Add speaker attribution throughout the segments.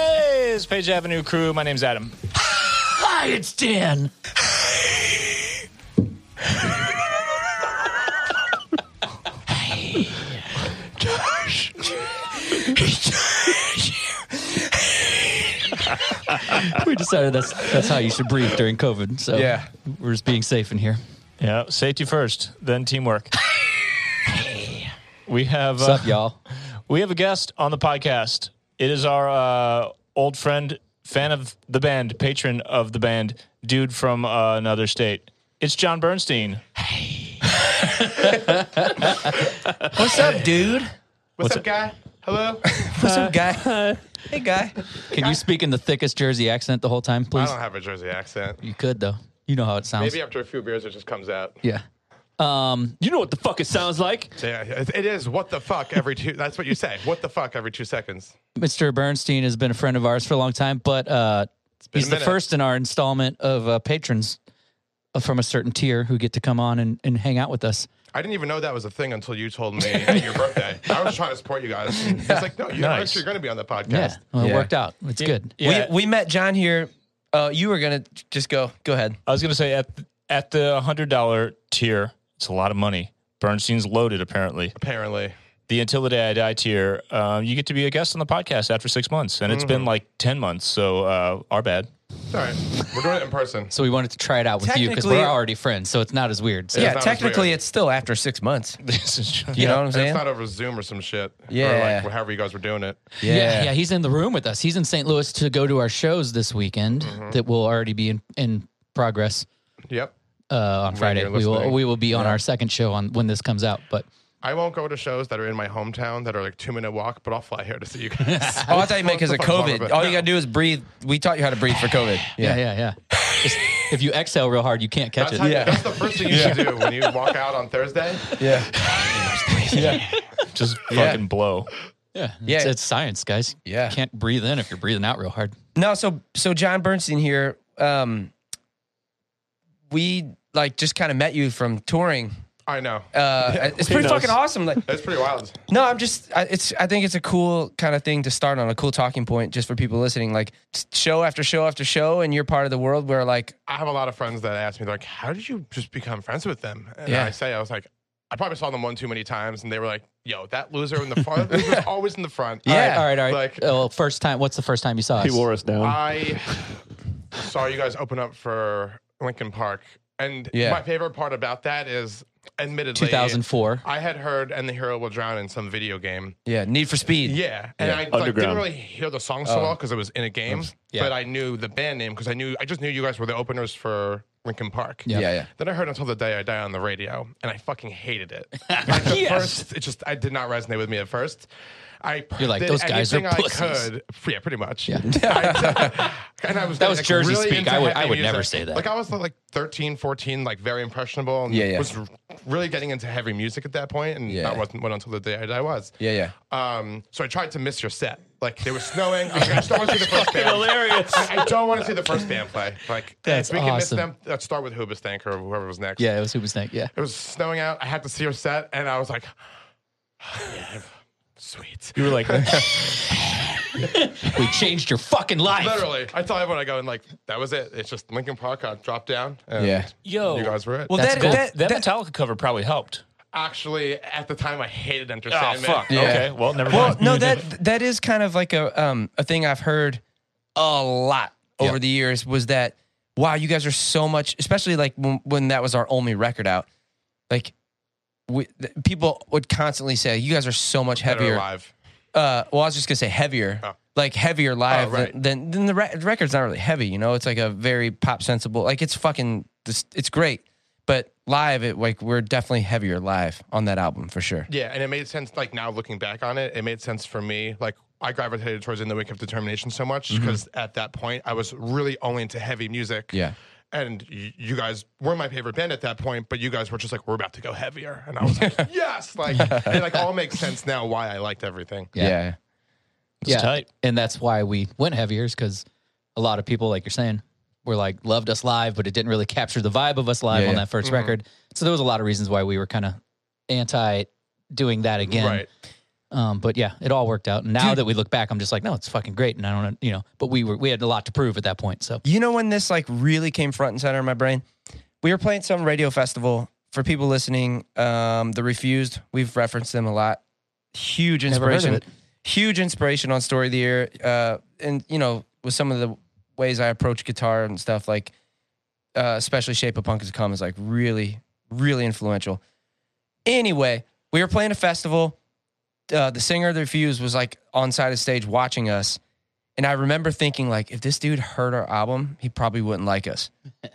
Speaker 1: First Page Avenue crew. My name's Adam.
Speaker 2: Hi, it's Dan.
Speaker 1: Josh.
Speaker 2: We decided that's that's how you should breathe during COVID. So
Speaker 1: Yeah.
Speaker 2: we're just being safe in here.
Speaker 1: Yeah, safety first, then teamwork. we have
Speaker 2: What's
Speaker 1: uh,
Speaker 2: up, y'all?
Speaker 1: we have a guest on the podcast. It is our uh, old friend, fan of the band, patron of the band, dude from uh, another state. It's John Bernstein.
Speaker 3: What's up, dude?
Speaker 4: What's, up, guy? Hello.
Speaker 3: What's up, guy? Hey, guy.
Speaker 2: Can you speak in the thickest Jersey accent the whole time,
Speaker 4: I
Speaker 2: please?
Speaker 4: don't have a Jersey accent.
Speaker 2: You could though. You know how it sounds.
Speaker 4: Maybe after a few beers, it just comes out.
Speaker 2: yeah. Um, you know what the fuck it sounds like,
Speaker 4: Yeah, it it is. What the fuck every two? That's what you say. What the fuck every two seconds?
Speaker 2: Mr. Bernstein has been a friend of ours for a long time, but uh,
Speaker 4: been
Speaker 2: he's
Speaker 4: a
Speaker 2: the
Speaker 4: minute.
Speaker 2: first in our installment of uh, patrons from a certain tier who get to come on and, and hang out with us.
Speaker 4: I didn't even know that was a thing until you told me at your birthday. I was trying to support you guys. It's like, no, you're
Speaker 1: Nice.
Speaker 4: actually going to be on the podcast.
Speaker 2: Yeah, well, it
Speaker 3: Yeah.
Speaker 2: worked out. It's good.
Speaker 1: Yeah,
Speaker 3: We, we met John here. Uh, you were gonna just go. Go ahead.
Speaker 1: I was gonna say at at the hundred dollar tier, it's a lot of money. Bernstein's loaded, apparently.
Speaker 4: Apparently,
Speaker 1: The Until the Day I Die tier, um, you get to be a guest on the podcast after six months, and it's been like ten months. So uh, our bad.
Speaker 4: it's all right. We're doing it in person.
Speaker 2: So we wanted to try it out with you because
Speaker 3: Technically-
Speaker 2: we're already friends, so it's not as weird. So
Speaker 3: Yeah,
Speaker 4: that was
Speaker 3: technically,
Speaker 4: weird.
Speaker 3: it's still after six months.
Speaker 1: This is just-
Speaker 3: You know what I'm
Speaker 4: And it's
Speaker 3: saying?
Speaker 4: not over Zoom or some shit.
Speaker 3: Yeah.
Speaker 4: Or like however you guys were doing it.
Speaker 2: Yeah, yeah, he's in the room with us. He's in St. Louis to go to our shows this weekend that will already be in, in progress
Speaker 4: Yep.
Speaker 2: uh, on Friday.
Speaker 4: you're
Speaker 2: We will
Speaker 4: listening.
Speaker 2: we will be on our second show on when this comes out. But
Speaker 4: I won't go to shows that are in my hometown that are like two minute walk, but I'll fly here to see you guys.
Speaker 3: All Oh, I thought you meant because of
Speaker 4: What the fuck's wrong
Speaker 3: COVID.
Speaker 4: with it?
Speaker 3: All you gotta do is breathe. We taught you how to breathe for COVID.
Speaker 2: yeah, yeah, yeah. Just, if you exhale real hard, you can't catch
Speaker 4: That's,
Speaker 2: it.
Speaker 4: how you-
Speaker 3: Yeah.
Speaker 4: that's the first thing you should do when you walk out on Thursday.
Speaker 3: yeah, yeah.
Speaker 1: just
Speaker 3: Yeah.
Speaker 1: fucking blow.
Speaker 2: Yeah,
Speaker 3: Yeah.
Speaker 2: It's, it's science, guys.
Speaker 3: Yeah.
Speaker 2: you can't breathe in if you're breathing out real hard.
Speaker 3: No, so so John Bernstein here. Um, we like just kind of met you from touring.
Speaker 4: I know.
Speaker 3: Uh, it's pretty
Speaker 1: knows?
Speaker 3: fucking awesome. Like
Speaker 4: That's pretty wild.
Speaker 3: No, I'm just. I, it's. I think it's a cool kind of thing to start on, a cool talking point just for people listening. Like s- show after show after show, and you're part of the world where like
Speaker 4: I have a lot of friends that ask me, they're like, how did you just become friends with them? And
Speaker 3: Yeah.
Speaker 4: I say, I was like, I probably saw them one too many times, and they were like, yo, that loser in the front, that loser's always in the front.
Speaker 3: Yeah.
Speaker 2: All right, all right.
Speaker 4: Like-
Speaker 2: oh, well, first time. What's the first time you saw us?
Speaker 5: He wore us down.
Speaker 4: I saw you guys open up for Lincoln Park, and
Speaker 3: Yeah.
Speaker 4: my favorite part about that is, admittedly,
Speaker 2: 2004.
Speaker 4: I had heard "And the Hero Will Drown" in some video game.
Speaker 3: yeah, Need for Speed.
Speaker 4: Yeah, and I like, didn't
Speaker 5: Underground.
Speaker 4: really hear the song so well because it was in a game,
Speaker 2: Oh. Yeah.
Speaker 4: but I knew the band name because I knew I just knew you guys were the openers for Lincoln Park.
Speaker 2: Yeah.
Speaker 3: yeah, yeah.
Speaker 4: Then I heard "Until the Day I Die" on the radio, and I fucking hated it. Like the first, it just I did not resonate with me at first. I
Speaker 2: You're like,
Speaker 4: did
Speaker 2: "Those guys are
Speaker 4: anything I
Speaker 2: pussies."
Speaker 4: could- yeah, pretty much. I- and I was
Speaker 2: That was
Speaker 4: like,
Speaker 2: Jersey
Speaker 4: really
Speaker 2: speak.
Speaker 4: into
Speaker 2: I would-
Speaker 4: heavy
Speaker 2: I would never
Speaker 4: music.
Speaker 2: say that.
Speaker 4: Like I was like 13, 14, like very impressionable, and
Speaker 3: Yeah, yeah.
Speaker 4: was r- really getting into heavy music at that point, and
Speaker 3: Yeah.
Speaker 4: that wasn't what "Until the Day I Die" was.
Speaker 3: Yeah, yeah.
Speaker 4: Um, so I tried to miss your set. Like it was snowing. I, was like, I just don't want to see the first band. Hilarious. I, I don't want to see the first band play. Like
Speaker 2: That's
Speaker 4: if we can miss
Speaker 2: awesome.
Speaker 4: them. Let's start with Hoobastank or whoever was next.
Speaker 2: Yeah, it was Hoobastank. Yeah.
Speaker 4: It was snowing out. I had to see your set, and I was like, sweet.
Speaker 1: You were like,
Speaker 2: We changed your fucking life.
Speaker 4: Literally, I tell everyone I go and like that was it. It's just Lincoln Park. I dropped down. And
Speaker 3: Yeah.
Speaker 1: "Yo,
Speaker 4: You guys were it.
Speaker 3: Well,
Speaker 2: That's
Speaker 3: that,
Speaker 2: cool.
Speaker 3: that,
Speaker 1: that
Speaker 3: that-
Speaker 1: Metallica cover probably helped."
Speaker 4: Actually, at the time, I hated Enter
Speaker 1: Oh
Speaker 4: Sandman.
Speaker 1: fuck.
Speaker 3: Yeah.
Speaker 1: Okay. Well, never
Speaker 3: well,
Speaker 1: mind.
Speaker 3: no, that that is kind of like a um a thing I've heard a lot over the years was that wow, you guys are so much, especially like when, when that was our only record out, like. We, th- people would constantly say, "You guys are so much
Speaker 4: Better
Speaker 3: heavier."
Speaker 4: alive.
Speaker 3: uh, well, I was just gonna say heavier,
Speaker 4: Oh.
Speaker 3: like heavier live
Speaker 4: Oh, right.
Speaker 3: than, than the re- record's not really heavy. You know, it's like a very pop sensible. Like it's fucking, this, it's great, but live, it like we're definitely heavier live on that album for sure.
Speaker 4: Yeah, and it made sense. Like now looking back on it, it made sense for me. Like I gravitated towards In the Wake of Determination so much
Speaker 3: Mm-hmm.
Speaker 4: because at that point I was really only into heavy music.
Speaker 3: Yeah.
Speaker 4: And y- you guys were my favorite band at that point, but you guys were just like, we're about to go heavier. And I was like, yes. Like, it like all makes sense now why I liked everything.
Speaker 2: Yeah.
Speaker 1: It's tight.
Speaker 2: And that's why we went heavier is because a lot of people, like you're saying, were like loved us live, but it didn't really capture the vibe of us live
Speaker 3: Yeah,
Speaker 2: on
Speaker 3: yeah.
Speaker 2: that 1st record. So there was a lot of reasons why we were kind of anti doing that again.
Speaker 4: Right.
Speaker 2: Um, but yeah, it all worked out. And now
Speaker 3: Dude.
Speaker 2: that we look back, I'm just like, no, it's fucking great. And I don't, know, you know, but we were we had a lot to prove at that point. So
Speaker 3: You know when this like really came front and center in my brain? We were playing some radio festival for people listening. Um, the Refused, we've referenced them a lot. Huge
Speaker 2: Never heard of
Speaker 3: inspiration.
Speaker 2: it.
Speaker 3: Huge inspiration on Story of the Year. Uh, and you know, with some of the ways I approach guitar and stuff, like uh, especially Shape of Punk has come is like really, really influential. Anyway, we were playing a festival. Uh, the singer of the Refused was like on side of stage watching us. And I remember thinking, like, if this dude heard our album, he probably wouldn't like us.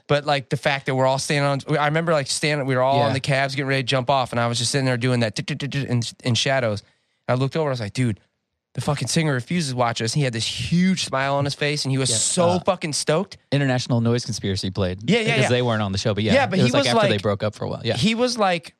Speaker 3: But like the fact that we're all standing on, I remember like standing, we were all on
Speaker 2: Yeah.
Speaker 3: the cabs getting ready to jump off, and I was just sitting there doing that in, in shadows. And I looked over, I was like, dude, the fucking singer refuses to watch us. He had this huge smile on his face, and he was
Speaker 2: Yeah,
Speaker 3: so
Speaker 2: uh,
Speaker 3: fucking stoked.
Speaker 2: International Noise Conspiracy played.
Speaker 3: Yeah, yeah,
Speaker 2: Because
Speaker 3: yeah.
Speaker 2: they weren't on the show, but yeah,
Speaker 3: Yeah, but
Speaker 2: it
Speaker 3: he
Speaker 2: was like
Speaker 3: was
Speaker 2: after they
Speaker 3: like-
Speaker 2: broke up for a while. Yeah,
Speaker 3: He was like,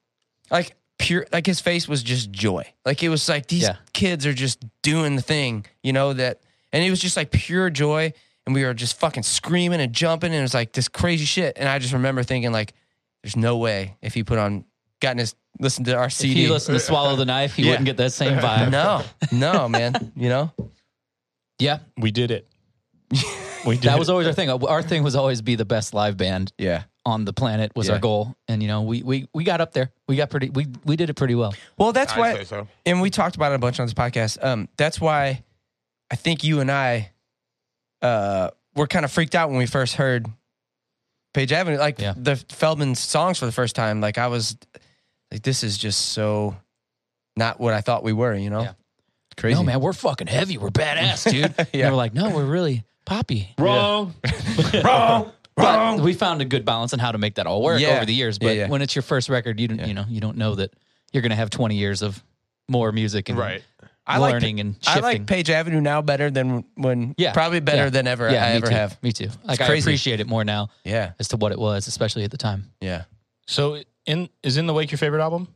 Speaker 3: like pure, like his face was just joy. Like it was like these
Speaker 2: Yeah.
Speaker 3: kids are just doing the thing, you know that, and it was just like pure joy. And we were just fucking screaming and jumping, and it was like this crazy shit. And I just remember thinking like, there's no way if he put on, gotten his, listened to our
Speaker 2: if
Speaker 3: CD.
Speaker 2: he listened to Swallow the Knife, he
Speaker 3: Yeah.
Speaker 2: wouldn't get that same vibe.
Speaker 3: no, no, man, you know.
Speaker 2: Yeah,
Speaker 1: We did it. We did
Speaker 2: that was
Speaker 1: it.
Speaker 2: always our thing. Our thing was always be the best live band
Speaker 3: Yeah.
Speaker 2: on the planet was
Speaker 3: Yeah.
Speaker 2: our goal, and you know we we we got up there. We got pretty. We we did it pretty well.
Speaker 3: Well, that's
Speaker 4: I'd
Speaker 3: why.
Speaker 4: say so.
Speaker 3: and we talked about it a bunch on this podcast. Um, that's why I think you and I uh, were kind of freaked out when we first heard Page Avenue, like
Speaker 2: Yeah.
Speaker 3: the Feldman songs for the first time. Like I was like, this is just so not what I thought we were, you know?
Speaker 2: Yeah.
Speaker 3: Crazy.
Speaker 2: No man, we're fucking heavy. We're badass, dude. yeah.
Speaker 3: Yeah.
Speaker 2: they were like, no, we're really poppy.
Speaker 1: wrong.
Speaker 3: Wrong.
Speaker 2: But
Speaker 3: Wrong.
Speaker 2: we found a good balance on how to make that all work
Speaker 3: Yeah.
Speaker 2: over the years.
Speaker 3: Yeah,
Speaker 2: But
Speaker 3: yeah.
Speaker 2: when it's your first record, you don't
Speaker 3: Yeah.
Speaker 2: you know you don't know that you're gonna have 20 years of more music and
Speaker 4: Right.
Speaker 3: I like
Speaker 2: learning and
Speaker 3: I
Speaker 2: shifting.
Speaker 3: like Page Avenue now better than when,
Speaker 2: Yeah.
Speaker 3: probably better
Speaker 2: Yeah.
Speaker 3: than ever I
Speaker 2: me
Speaker 3: ever
Speaker 2: too.
Speaker 3: have.
Speaker 2: Me too. Like I
Speaker 3: crazy.
Speaker 2: appreciate it more now
Speaker 3: Yeah.
Speaker 2: as to what it was, especially at the time.
Speaker 3: Yeah.
Speaker 1: So in is in the wake your favorite album?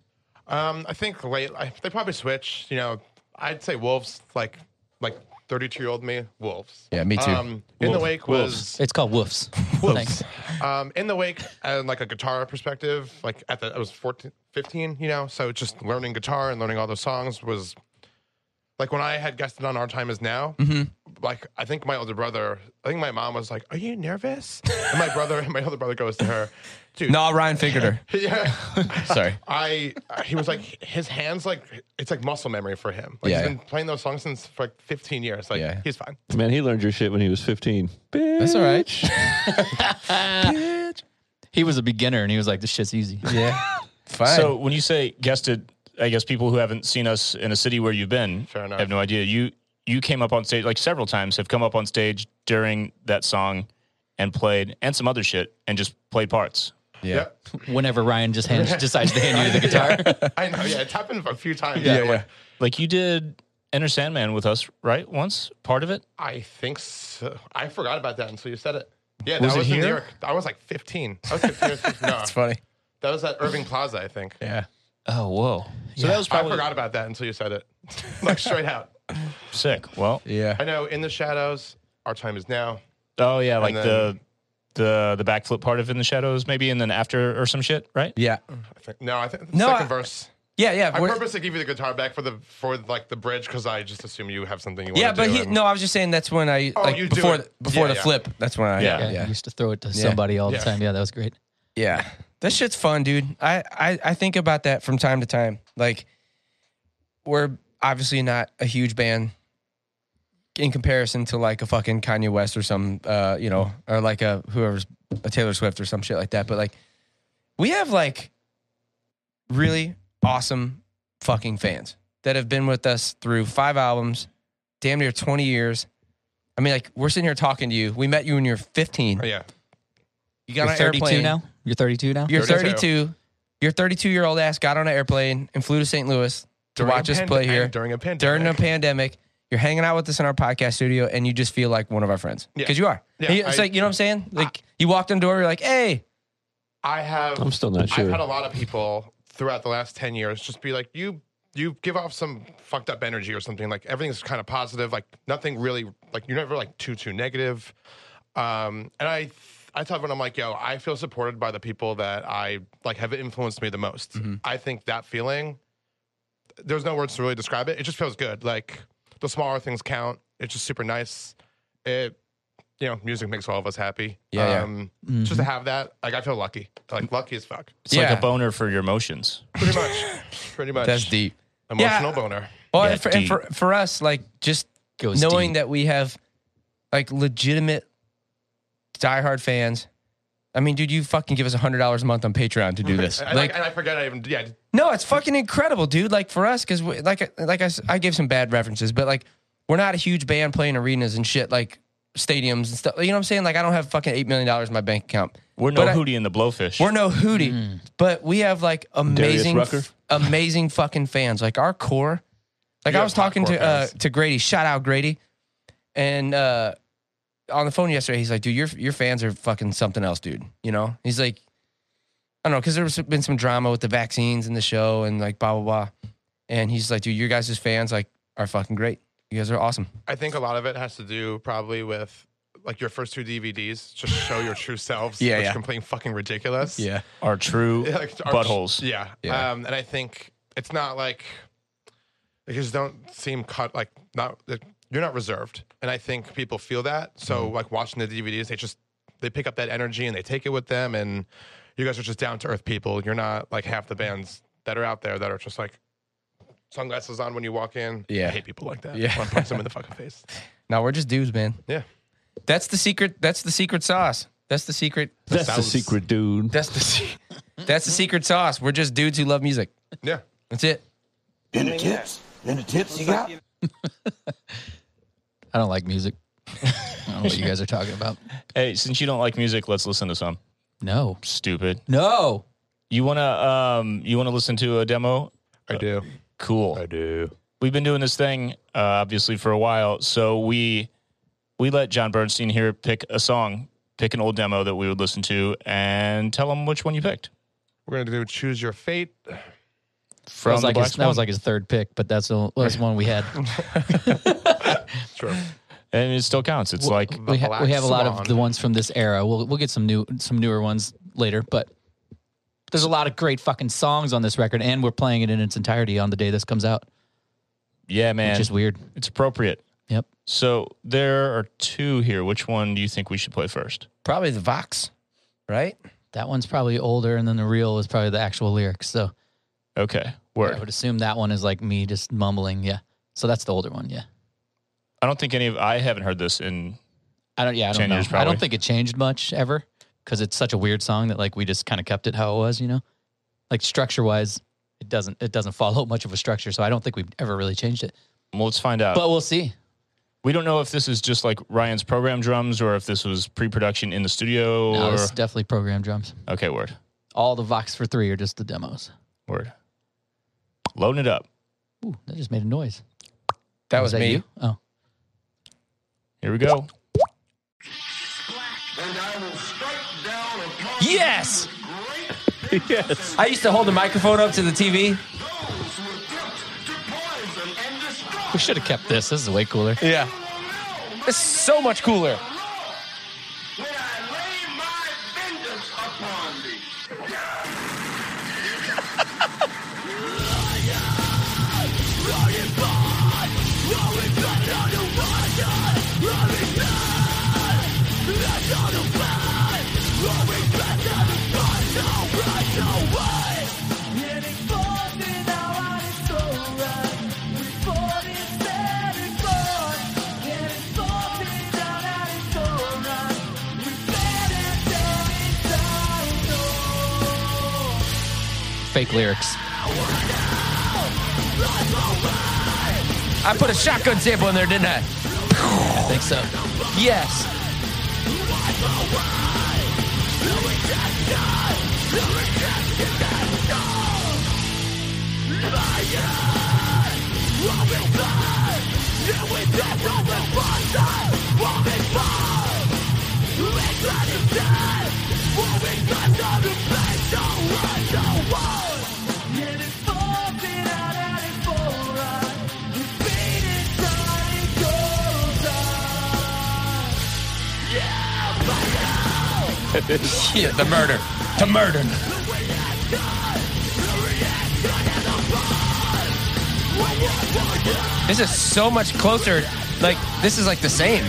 Speaker 4: Um, I think late. I, they probably switch. You know, I'd say Wolves like like thirty two year old me. Wolves.
Speaker 3: Yeah, me too.
Speaker 4: Um, in the
Speaker 1: Wolf-
Speaker 4: wake
Speaker 1: Wolves.
Speaker 4: was
Speaker 2: It's called Woofs. Thanks.
Speaker 4: um, in the wake and like a guitar perspective. Like at the I was 14, 15, You know, so just learning guitar and learning all those songs was like when I had guested on Our Time Is Now.
Speaker 3: Mm-hmm.
Speaker 4: Like I think my older brother. I think my mom was like, "Are you nervous?" And my brother, my older brother, goes to her, "Dude,
Speaker 3: No, Ryan figured her.
Speaker 4: yeah."
Speaker 3: Sorry.
Speaker 4: I he was like his hands like it's like muscle memory for him. Like
Speaker 3: Yeah.
Speaker 4: he's been playing those songs since for like 15 years. Like
Speaker 3: Yeah.
Speaker 4: he's fine.
Speaker 5: Man, he learned your shit when he was 15.
Speaker 3: That's all right.
Speaker 2: He was a beginner and he was like, this shit's easy.
Speaker 3: Yeah. Fine.
Speaker 1: So when you say guested, I guess people who haven't seen us in a city where you've been
Speaker 4: Fair enough.
Speaker 1: have no idea. You you came up on stage like several times have come up on stage during that song and played and some other shit and just played parts.
Speaker 3: yeah.
Speaker 4: Yep.
Speaker 2: Whenever Ryan just hand, decides to hand you the guitar.
Speaker 4: I know. Yeah, it's happened a few times.
Speaker 3: Yeah,
Speaker 4: I'm
Speaker 3: yeah.
Speaker 4: like,
Speaker 1: Like you did Enter Sandman with us, right? Once part of it.
Speaker 4: I think so. I forgot about that until you said it. Yeah,
Speaker 1: Was
Speaker 4: that
Speaker 1: it
Speaker 4: was in New
Speaker 1: here?
Speaker 4: York. I was like 15. I was 15 or 16. No,
Speaker 3: It's funny.
Speaker 4: that was at Irving Plaza, I think.
Speaker 3: Yeah.
Speaker 2: Oh, whoa.
Speaker 1: So that was
Speaker 4: I
Speaker 1: probably
Speaker 4: forgot about that until you said it. like straight out.
Speaker 1: sick. Well,
Speaker 3: Yeah.
Speaker 4: I know. In the shadows, our time is now.
Speaker 1: oh yeah, like
Speaker 4: then-
Speaker 1: the the the backflip part of In the Shadows maybe and then after or some shit, right?
Speaker 3: Yeah.
Speaker 4: I think. No, I think the
Speaker 3: No,
Speaker 4: second
Speaker 3: I-
Speaker 4: verse.
Speaker 3: Yeah, yeah.
Speaker 4: I
Speaker 3: We're-
Speaker 4: purposely give you the guitar back for the for like the bridge because I just assume you have something you want
Speaker 3: yeah,
Speaker 4: to
Speaker 3: but
Speaker 4: do.
Speaker 3: he,
Speaker 4: and-
Speaker 3: no, I was just saying that's when I
Speaker 4: Oh,
Speaker 3: like
Speaker 4: you do
Speaker 3: before
Speaker 4: it.
Speaker 3: before
Speaker 4: Yeah,
Speaker 3: the
Speaker 4: yeah.
Speaker 3: flip. That's when I
Speaker 1: Yeah.
Speaker 3: yeah
Speaker 2: Yeah,
Speaker 3: yeah.
Speaker 2: He used to throw it to somebody all the
Speaker 4: Yeah.
Speaker 2: time. Yeah, that was great.
Speaker 3: yeah. That shit's fun, dude. I, I I think about that from time to time. Like we're obviously not a huge band in comparison to like a fucking Kanye West or some uh you know or like a whoever's a Taylor Swift or some shit like that. But like we have like really awesome fucking fans that have been with us through five albums, damn near 20 years. I mean, like, we're sitting here talking to you. We met you when you were 15.
Speaker 4: yeah.
Speaker 3: You
Speaker 2: You're
Speaker 3: got on an
Speaker 2: 32
Speaker 3: airplane.
Speaker 2: now? You're 32 now?
Speaker 3: You're
Speaker 4: 32.
Speaker 3: 32. Your 32 year old ass got on an airplane and flew to St. Louis to
Speaker 4: During
Speaker 3: watch
Speaker 4: a
Speaker 3: us
Speaker 4: pand-
Speaker 3: play
Speaker 4: and
Speaker 3: here
Speaker 4: during a pandemic.
Speaker 3: during a pandemic. You're hanging out with us in our podcast studio and you just feel like one of our friends
Speaker 4: Yeah.
Speaker 3: because you are.
Speaker 4: Yeah,
Speaker 3: And you- it's
Speaker 4: I-
Speaker 3: like, you know what I'm saying? Like, you walked in the door, you're like, hey,
Speaker 4: I have.
Speaker 5: I'm still not
Speaker 4: I've
Speaker 5: sure.
Speaker 4: had a lot of people throughout the last ten years just be like, you you give off some fucked up energy or something. Like everything's kind of positive. Like nothing really. Like you're never like too too negative. Um, and I. I tell everyone, I'm like, yo, I feel supported by the people that I like have influenced me the most. I think that feeling there's no words to really describe it. It just feels good. Like the smaller things count. It's just super nice. It, you know, music makes all of us happy.
Speaker 3: Yeah, Mm-hmm. yeah.
Speaker 4: Um, Just to have that, like I feel lucky. Like lucky as fuck.
Speaker 1: It's like
Speaker 3: Yeah.
Speaker 1: a boner for your emotions.
Speaker 4: Pretty much. pretty much.
Speaker 3: That's deep.
Speaker 4: Emotional
Speaker 3: Yeah.
Speaker 4: boner.
Speaker 3: Well,
Speaker 1: Yeah,
Speaker 3: and, for, and
Speaker 1: deep.
Speaker 3: for for us, like just
Speaker 2: Goes
Speaker 3: knowing
Speaker 2: deep.
Speaker 3: that we have like legitimate diehard fans. I mean, dude, you fucking give us hundred dollars a month on Patreon to do this.
Speaker 4: And,
Speaker 3: Like,
Speaker 4: I, and I forget I even yeah.
Speaker 3: no, it's fucking incredible, dude. Like for us, because like like I, s- I gave some bad references, but like we're not a huge band playing arenas and shit, like stadiums and stuff. You know what I'm saying? Like I don't have fucking eight million dollars in my bank account.
Speaker 1: We're no
Speaker 3: But I-
Speaker 1: Hootie and the Blowfish.
Speaker 3: We're no hootie, but we have like amazing,
Speaker 5: Rucker?
Speaker 3: amazing fucking fans. Like our core. Like
Speaker 4: You
Speaker 3: I
Speaker 4: have
Speaker 3: was talking
Speaker 4: hardcore
Speaker 3: to uh,
Speaker 4: fans.
Speaker 3: to Grady. Shout out Grady, and uh, on the phone yesterday, he's like, "Dude, your your fans are fucking something else, dude." You know, he's like, "I don't know," because there's been some drama with the vaccines and the show and like blah blah blah, and he's like, "Dude, your guys' fans like are fucking great. You guys are awesome."
Speaker 4: I think a lot of it has to do probably with like your first two DVDs just show your true selves.
Speaker 3: Yeah,
Speaker 4: which
Speaker 3: yeah.
Speaker 4: is completely fucking ridiculous.
Speaker 1: are true
Speaker 4: Yeah, like, our-
Speaker 1: buttholes.
Speaker 4: Yeah.
Speaker 3: Yeah.
Speaker 4: Um, and I think it's not like they just don't seem cut like not like, you're not reserved, and I think people feel that. So like watching the DVDs, they just they pick up that energy and they take it with them. And you guys are just down to earth people. You're not like half the bands that are out there that are just like sunglasses on when you walk in.
Speaker 3: Yeah.
Speaker 4: I hate people like that.
Speaker 3: Yeah.
Speaker 4: I want to punch them in the fucking face.
Speaker 3: No, we're just dudes, man.
Speaker 4: Yeah.
Speaker 3: That's the secret. That's the secret sauce. That's the secret.
Speaker 5: That's the
Speaker 4: sounds-
Speaker 5: secret, dude.
Speaker 3: That's the se- that's the secret sauce. We're just dudes who love music.
Speaker 4: Yeah.
Speaker 3: That's it.
Speaker 6: Any tips? Any tips you got?
Speaker 2: I don't like music. I don't know what you guys are talking about.
Speaker 1: Hey, since you don't like music, let's listen to some.
Speaker 2: No.
Speaker 1: Stupid.
Speaker 2: No.
Speaker 1: You wanna um you wanna listen to a demo?
Speaker 4: I do.
Speaker 1: Cool.
Speaker 4: do.
Speaker 1: We've been doing this thing uh, obviously for a while, so we we let John Bernstein here pick a song, pick an old demo that we would listen to, and tell him which one you picked.
Speaker 4: We're gonna do choose your fate.
Speaker 1: From
Speaker 2: That was,
Speaker 1: the
Speaker 2: like
Speaker 1: Black
Speaker 2: his, that was
Speaker 1: Swan.
Speaker 2: like his third pick, but that's the that's the one we had.
Speaker 4: Sure.
Speaker 1: and it still counts. It's like
Speaker 2: we, ha- we
Speaker 4: Black
Speaker 2: have a lot
Speaker 4: Swan.
Speaker 2: of the ones from this era. We'll we'll get some new some newer ones later, but there's a lot of great fucking songs on this record, and we're playing it in its entirety on the day this comes out,
Speaker 1: yeah, man.
Speaker 2: which is weird.
Speaker 1: It's appropriate.
Speaker 2: Yep.
Speaker 1: So there are two here. Which one do you think we should play first?
Speaker 3: Probably the Vox, right?
Speaker 2: That one's probably older, and then the real is probably the actual lyrics. So
Speaker 1: Okay. Word.
Speaker 2: I would assume that one is like me just mumbling. Yeah. So that's the older one. Yeah.
Speaker 1: I don't think any of I haven't heard this in
Speaker 2: I don't. Yeah. I
Speaker 1: 10
Speaker 2: don't know.
Speaker 1: years
Speaker 2: I
Speaker 1: probably.
Speaker 2: don't think it changed much ever because it's such a weird song that like we just kind of kept it how it was. You know, like structure wise, it doesn't it doesn't follow much of a structure. So I don't think we've ever really changed it.
Speaker 1: well let's find out.
Speaker 2: But we'll see.
Speaker 1: we don't know if this is just like Ryan's program drums or if this was pre production in the studio
Speaker 2: No,
Speaker 1: or
Speaker 2: it's definitely program drums.
Speaker 1: Okay, word.
Speaker 2: All the Vox for three are just the demos.
Speaker 1: Word. Loading it up.
Speaker 2: Ooh, that just made a noise.
Speaker 3: That was,
Speaker 2: that
Speaker 3: me.
Speaker 2: you? Oh,
Speaker 1: Here we go.
Speaker 3: Yes. yes. I used to hold the microphone up to the TV.
Speaker 2: we should have kept this. This is way cooler.
Speaker 3: Yeah. It's so much cooler.
Speaker 2: Fake lyrics.
Speaker 3: I put a shotgun sample in there, didn't I?
Speaker 2: I think so.
Speaker 3: Yes. Yeah, the murder. To murder. This is so much closer. Like this is like the same.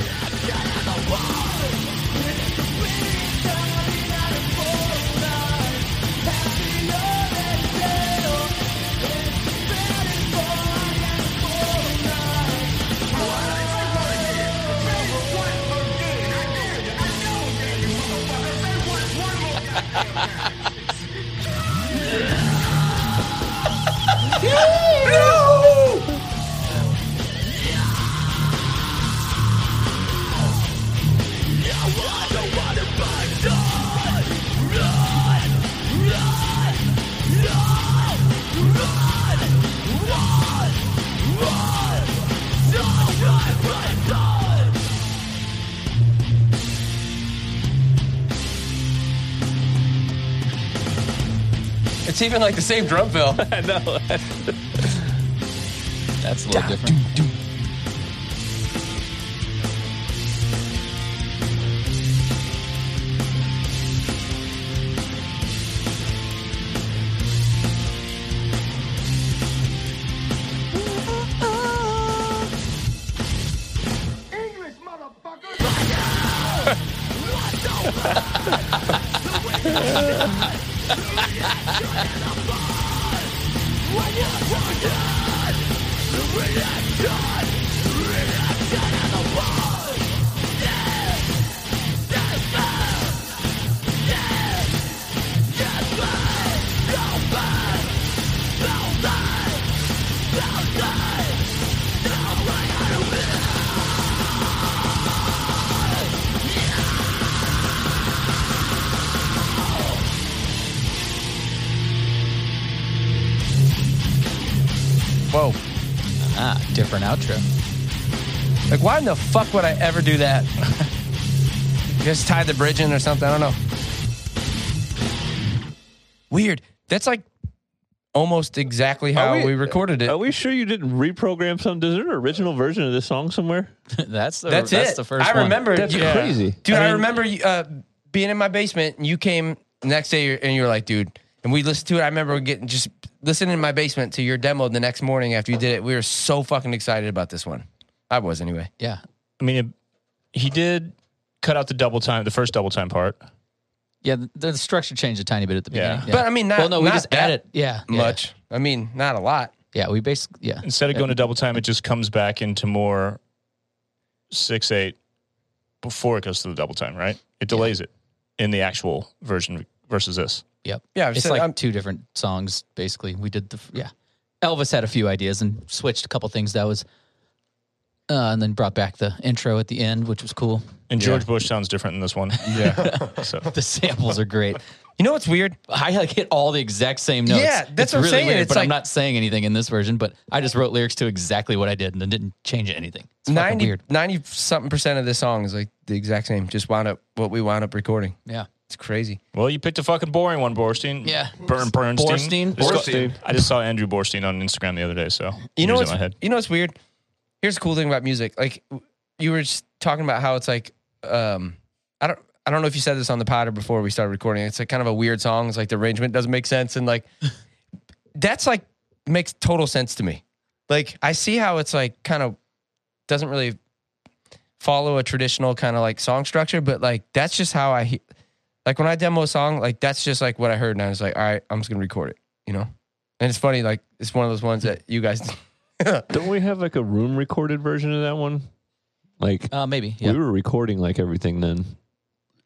Speaker 3: It's even like the same drum fill.
Speaker 2: That's a little different.
Speaker 3: Whoa.
Speaker 2: Ah, different outro.
Speaker 3: Like why in the fuck would I ever do that? Just tie the bridge in or something. I don't know. Weird. That's like almost exactly how
Speaker 5: Are
Speaker 3: we,
Speaker 5: we-
Speaker 3: recorded it.
Speaker 5: Are we sure you didn't reprogram some? Is there an original version of this song somewhere?
Speaker 2: that's the,
Speaker 3: that's, it.
Speaker 2: the first
Speaker 3: I
Speaker 2: one.
Speaker 3: remember.
Speaker 5: That's
Speaker 3: you-
Speaker 5: crazy.
Speaker 3: Dude, I,
Speaker 5: mean,
Speaker 3: remember you, uh, being in my basement and you came the next day and you were like, dude, and we listened to it. I remember getting just listening in my basement to your demo the next morning after you did it. We were so fucking excited about this one. I was anyway.
Speaker 2: Yeah.
Speaker 1: I mean, it, he did cut out the double time, the first double time part.
Speaker 2: Yeah, the, the structure changed a tiny bit at the
Speaker 1: Yeah.
Speaker 2: beginning. Yeah.
Speaker 3: But I mean, not,
Speaker 2: well, no, we
Speaker 3: not
Speaker 2: just
Speaker 3: that
Speaker 2: added. Yeah, yeah,
Speaker 3: much. I mean, not a lot.
Speaker 2: Yeah, we basically. Yeah,
Speaker 1: Instead of
Speaker 2: Yeah.
Speaker 1: going to double time, it just comes back into more six eight before it goes to the double time. Right? It delays it in the actual version versus this.
Speaker 2: yep.
Speaker 3: Yeah, I've
Speaker 2: it's
Speaker 3: said-
Speaker 2: like
Speaker 3: I'm-
Speaker 2: two different songs basically. We did the f- yeah. Elvis had a few ideas and switched a couple things. That was, uh, and then brought back the intro at the end, which was cool.
Speaker 1: And George Bush sounds different in this one. Yeah. so
Speaker 2: The samples are great.
Speaker 3: You know what's weird?
Speaker 2: I like hit all the exact same notes.
Speaker 3: Yeah,
Speaker 2: It's
Speaker 3: that's what I'm
Speaker 2: really
Speaker 3: saying.
Speaker 2: Weird,
Speaker 3: It's
Speaker 2: but
Speaker 3: like-
Speaker 2: I'm not saying anything in this version. But I just wrote lyrics to exactly what I did and then didn't change anything. It's fucking
Speaker 3: 90,
Speaker 2: weird.
Speaker 3: 90 something percent of this song is like the exact same. Just wound up what we wound up recording.
Speaker 2: Yeah.
Speaker 3: It's crazy.
Speaker 1: Well, you picked a fucking boring one, Borstein.
Speaker 2: Yeah.
Speaker 1: Burn Bernstein.
Speaker 2: Borstein?
Speaker 1: This guy-
Speaker 4: Borstein.
Speaker 1: I just saw Andrew Borstein on Instagram the other day, so
Speaker 3: You know
Speaker 1: he's in
Speaker 3: what's
Speaker 1: my head.
Speaker 3: you know what's weird? Here's the cool thing about music. Like w- you were just talking about how it's like um I don't I don't know if you said this on the pod or before we started recording. It's like kind of a weird song. It's like the arrangement doesn't make sense and like that's like makes total sense to me. Like I see how it's like kind of doesn't really follow a traditional kind of like song structure, but like that's just how I he- like when I demo a song, like that's just like what I heard and I was like, all right, I'm just gonna record it, you know? And it's funny, like it's one of those ones that you guys
Speaker 5: don't we have like a room recorded version of that one? Like
Speaker 2: Uh, maybe. Yeah.
Speaker 5: we were recording like everything then.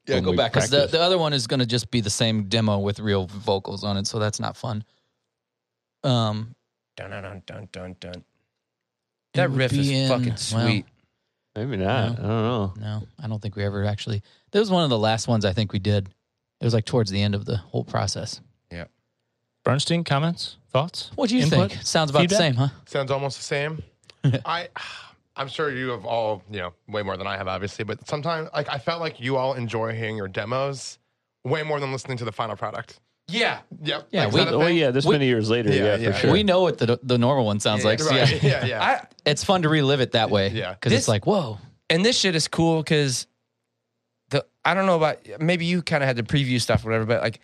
Speaker 2: Yeah,
Speaker 5: when
Speaker 2: go
Speaker 5: we
Speaker 2: back because the,
Speaker 5: practiced.
Speaker 2: the other one is going to just be the same demo with real vocals on it, so that's not fun. Um,
Speaker 3: Dun dun dun dun dun dun.
Speaker 2: it
Speaker 3: That
Speaker 2: would
Speaker 3: riff is
Speaker 2: be in-
Speaker 3: fucking
Speaker 2: well,
Speaker 3: sweet.
Speaker 5: Maybe not. I don't know.
Speaker 2: no, I don't think we ever actually. That was one of the last ones I think we did. It was like towards the end of the whole process.
Speaker 1: Bernstein, comments, thoughts?
Speaker 2: What do you
Speaker 1: Input?
Speaker 2: think? Sounds about the
Speaker 1: Feedback?
Speaker 2: same, huh?
Speaker 4: Sounds almost the same. I, I'm sure you have all, you know, way more than I have, obviously. But sometimes, like, I felt like you all enjoy hearing your demos way more than listening to the final product.
Speaker 3: Yeah.
Speaker 4: Yep.
Speaker 2: Yeah,
Speaker 4: Like,
Speaker 2: we-
Speaker 4: is that a
Speaker 5: Oh
Speaker 4: thing?
Speaker 5: yeah, this
Speaker 2: We-
Speaker 5: many years later.
Speaker 4: Yeah,
Speaker 5: Yeah,
Speaker 4: yeah,
Speaker 5: for sure.
Speaker 2: We know what the the normal one sounds like. so
Speaker 4: Right.
Speaker 2: yeah,
Speaker 4: Yeah. Yeah.
Speaker 3: I
Speaker 2: it's fun to relive it that way.
Speaker 4: Yeah.
Speaker 2: because
Speaker 3: This-
Speaker 2: it's like whoa.
Speaker 3: and this shit is cool because the I don't know about maybe you kind of had the preview stuff, or whatever, but like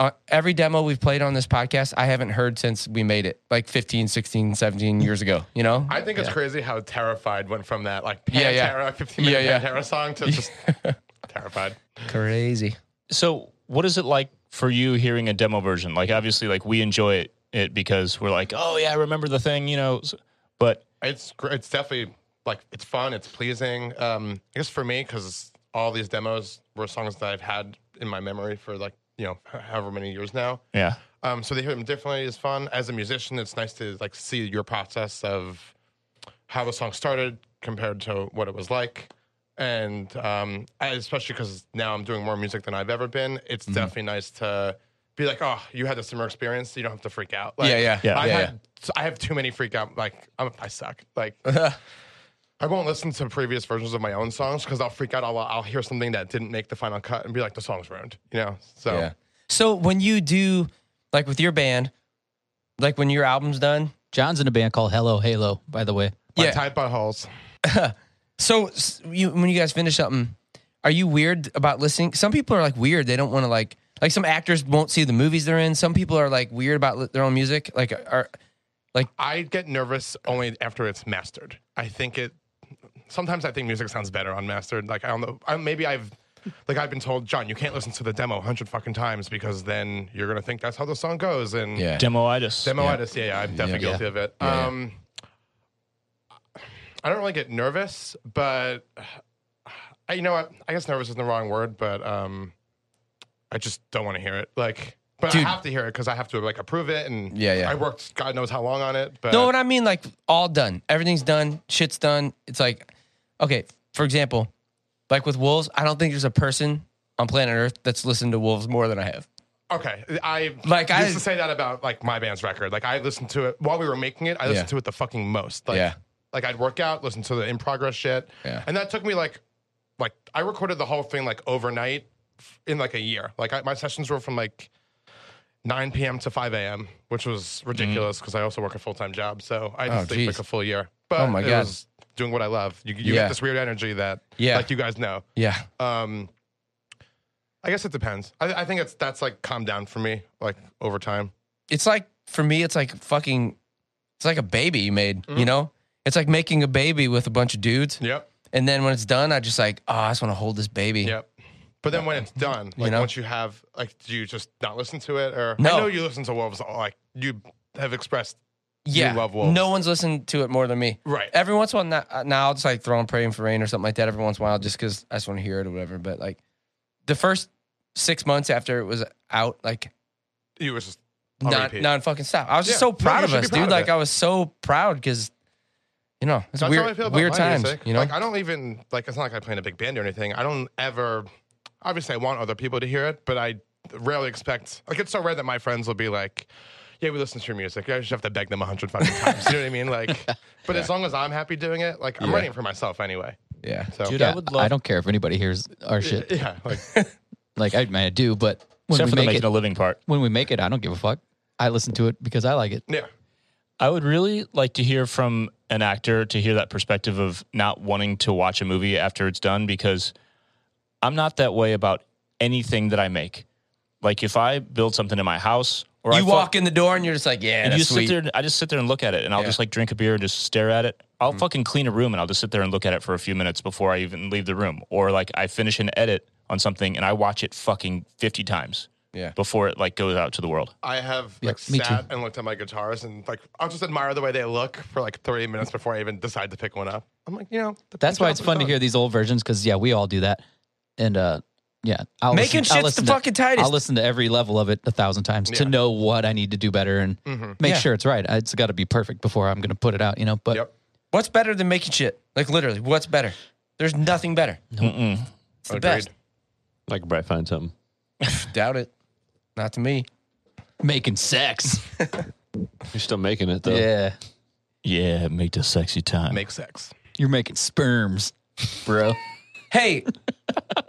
Speaker 3: uh, every demo we've played on this podcast, I haven't heard since we made it, like 15, 16, 17 years ago. You know,
Speaker 4: I think it's crazy how terrified went from that like Pantera
Speaker 3: Yeah, yeah.
Speaker 4: 15 minute
Speaker 3: Yeah, yeah.
Speaker 4: Pantera song to just terrified.
Speaker 3: crazy.
Speaker 1: So, what is it like for you hearing a demo version? Like, obviously, like we enjoy it, it because we're like, oh yeah, I remember the thing, you know. s- But
Speaker 4: It's gr- it's definitely like it's fun. It's pleasing. Um, I guess for me because all these demos were songs that I've had in my memory for like you know however many years now.
Speaker 1: yeah,
Speaker 4: Um, so they hear them differently is fun. As a musician, it's nice to like see your process of how the song started compared to what it was like, and um, I- especially because now I'm doing more music than I've ever been. It's
Speaker 3: Mm-hmm.
Speaker 4: definitely nice to be like, oh, you had a similar experience. So you don't have to freak out. Like,
Speaker 3: Yeah, yeah. Yeah.
Speaker 4: I've
Speaker 3: Yeah,
Speaker 4: had, I have too many freak out. Like I'm, I suck. Like. I won't listen to previous versions of my own songs because I'll freak out. I'll, I'll hear something that didn't make the final cut and be like, the song's ruined, you know? So,
Speaker 3: Yeah. So when you do, like with your band, like when your album's done,
Speaker 2: John's in a band called Hello Halo, by the way.
Speaker 4: my
Speaker 3: Yeah.
Speaker 4: tied by holes.
Speaker 3: So s- you, when you guys finish something, are you weird about listening? Some people are like weird. They don't want to like like some actors won't see the movies they're in. Some people are like weird about li- their own music. Like are
Speaker 4: I get nervous only after it's mastered. I think it. Sometimes I think music sounds better unmastered. Like I don't know. I, maybe I've, like I've been told, John, you can't listen to the demo a hundred fucking times because then you're gonna think that's how the song goes. And
Speaker 3: yeah.
Speaker 1: demoitis.
Speaker 4: demoitis. Yeah, yeah, I'm definitely
Speaker 3: Yeah.
Speaker 4: guilty of it.
Speaker 3: Yeah, yeah.
Speaker 4: Um, I don't really get nervous, but I, you know what? I guess nervous isn't the wrong word, but um, I just don't want to hear it. Like, but
Speaker 3: Dude.
Speaker 4: I have to hear it because I have to like approve it, and
Speaker 3: Yeah, yeah.
Speaker 4: I worked God knows how long on it. But
Speaker 3: No, what I mean like all done. Everything's done. Shit's done. It's like okay. For example, like with wolves, I don't think there's a person on planet Earth that's listened to wolves more than I have.
Speaker 4: Okay, I
Speaker 3: Like,
Speaker 4: like I
Speaker 3: I-
Speaker 4: used to say that about like my band's record. Like I listened to it while we were making it. I listened
Speaker 3: Yeah.
Speaker 4: to it the fucking most. Like,
Speaker 3: Yeah.
Speaker 4: like I'd work out, listen to the in progress shit,
Speaker 3: Yeah.
Speaker 4: and that took me like, like I recorded the whole thing like overnight f- in like a year. Like I, my sessions were from like 9 p.m. to 5 a.m., which was
Speaker 3: Mm.
Speaker 4: ridiculous because I also work a full time job, so I just sleep
Speaker 3: geez.
Speaker 4: like a full year. But
Speaker 3: Oh my
Speaker 4: it
Speaker 3: God.
Speaker 4: was doing what I love. You, you
Speaker 3: Yeah.
Speaker 4: get this weird energy that,
Speaker 3: Yeah.
Speaker 4: like you guys know.
Speaker 3: Yeah.
Speaker 4: Um, I guess it depends. I, I think it's that's like calmed down for me, like over time.
Speaker 3: it's like for me, it's like fucking, it's like a baby you made. You know, it's like making a baby with a bunch of dudes,
Speaker 4: Yep,
Speaker 3: and then when it's done, I just like, oh, I just want to hold this baby.
Speaker 4: yep. But then when it's done, like
Speaker 3: know?
Speaker 4: once you have, like, do you just not listen to it, or
Speaker 3: No.
Speaker 4: I know you listen to Wolves, like you have expressed,
Speaker 3: yeah.
Speaker 4: You love wolves.
Speaker 3: No one's listened to it more than me.
Speaker 4: right?
Speaker 3: Every once in a while, now, now I'll just like throw in "Praying for Rain" or something like that. Every once in a while, just because I just want to hear it or whatever. But like the first six months after it was out, like
Speaker 4: You was just on
Speaker 3: non
Speaker 4: repeat.
Speaker 3: non fucking stop. I was just
Speaker 4: Yeah.
Speaker 3: so
Speaker 4: No,
Speaker 3: proud
Speaker 4: you should
Speaker 3: of
Speaker 4: be
Speaker 3: us,
Speaker 4: proud
Speaker 3: dude.
Speaker 4: of
Speaker 3: like
Speaker 4: it.
Speaker 3: I was so proud because you know it's
Speaker 4: That's
Speaker 3: weird,
Speaker 4: how I feel about
Speaker 3: weird
Speaker 4: my
Speaker 3: times.
Speaker 4: music.
Speaker 3: You know,
Speaker 4: like I don't even like. It's not like I play in a big band or anything. I don't ever. Obviously, I want other people to hear it, but I rarely expect. Like it's so rare that my friends will be like, "Yeah, we listen to your music." I just have to beg them a hundred fucking times. you know what I mean? Like, but as long as I'm happy doing it, like I'm writing it for myself anyway.
Speaker 3: yeah.
Speaker 4: So
Speaker 1: Dude,
Speaker 2: Yeah,
Speaker 1: I would love.
Speaker 2: I don't care if anybody hears our shit.
Speaker 4: yeah, like
Speaker 2: Like I, I mean, I do, but when
Speaker 1: except for
Speaker 2: we
Speaker 1: the
Speaker 2: make
Speaker 1: making
Speaker 2: it,
Speaker 1: a living part.
Speaker 2: when we make it, I don't give a fuck. I listen to it because I like it.
Speaker 4: yeah.
Speaker 1: I would really like to hear from an actor to hear that perspective of not wanting to watch a movie after it's done because I'm not that way about anything that I make. Like if I build something in my house or I
Speaker 3: You
Speaker 1: fuck-
Speaker 3: walk in the door and you're just like, yeah,
Speaker 1: and
Speaker 3: that's
Speaker 1: you
Speaker 3: sweet.
Speaker 1: sit there and I just sit there and look at it and I'll
Speaker 3: Yeah.
Speaker 1: just like drink a beer and just stare at it. I'll fucking clean a room and I'll just sit there and look at it for a few minutes before I even leave the room. Or like I finish an edit on something and I watch it fucking 50 times
Speaker 3: Yeah.
Speaker 1: before it like goes out to the world.
Speaker 4: I have
Speaker 2: Yeah,
Speaker 4: like
Speaker 2: me
Speaker 4: sat and looked at my guitars and like I'll just admire the way they look for like 30 minutes before I even decide to pick one up. I'm like, you know, the
Speaker 2: That's why
Speaker 4: job
Speaker 2: it's
Speaker 4: is
Speaker 2: fun to
Speaker 4: done.
Speaker 2: hear these old versions because yeah, we all do that. And uh yeah, I'll
Speaker 3: Making
Speaker 2: listen, I'll
Speaker 3: shit's
Speaker 2: listen
Speaker 3: the
Speaker 2: to-
Speaker 3: fucking tightest.
Speaker 2: I'll listen to every level of it a thousand times to
Speaker 4: Yeah.
Speaker 2: know what I need to do better and make
Speaker 3: Mm-hmm. Yeah.
Speaker 2: sure it's right. It's got to be perfect before I'm going to put it out, you know. But
Speaker 4: Yep.
Speaker 3: What's better than making shit? Like literally, what's better? There's nothing better. It's the best.
Speaker 5: I could probably find something.
Speaker 3: Doubt it. Not to me.
Speaker 2: making sex,
Speaker 5: You're still making it though.
Speaker 2: yeah,
Speaker 1: Yeah, make the sexy time.
Speaker 4: Make sex.
Speaker 2: you're making sperms, bro.
Speaker 3: Hey,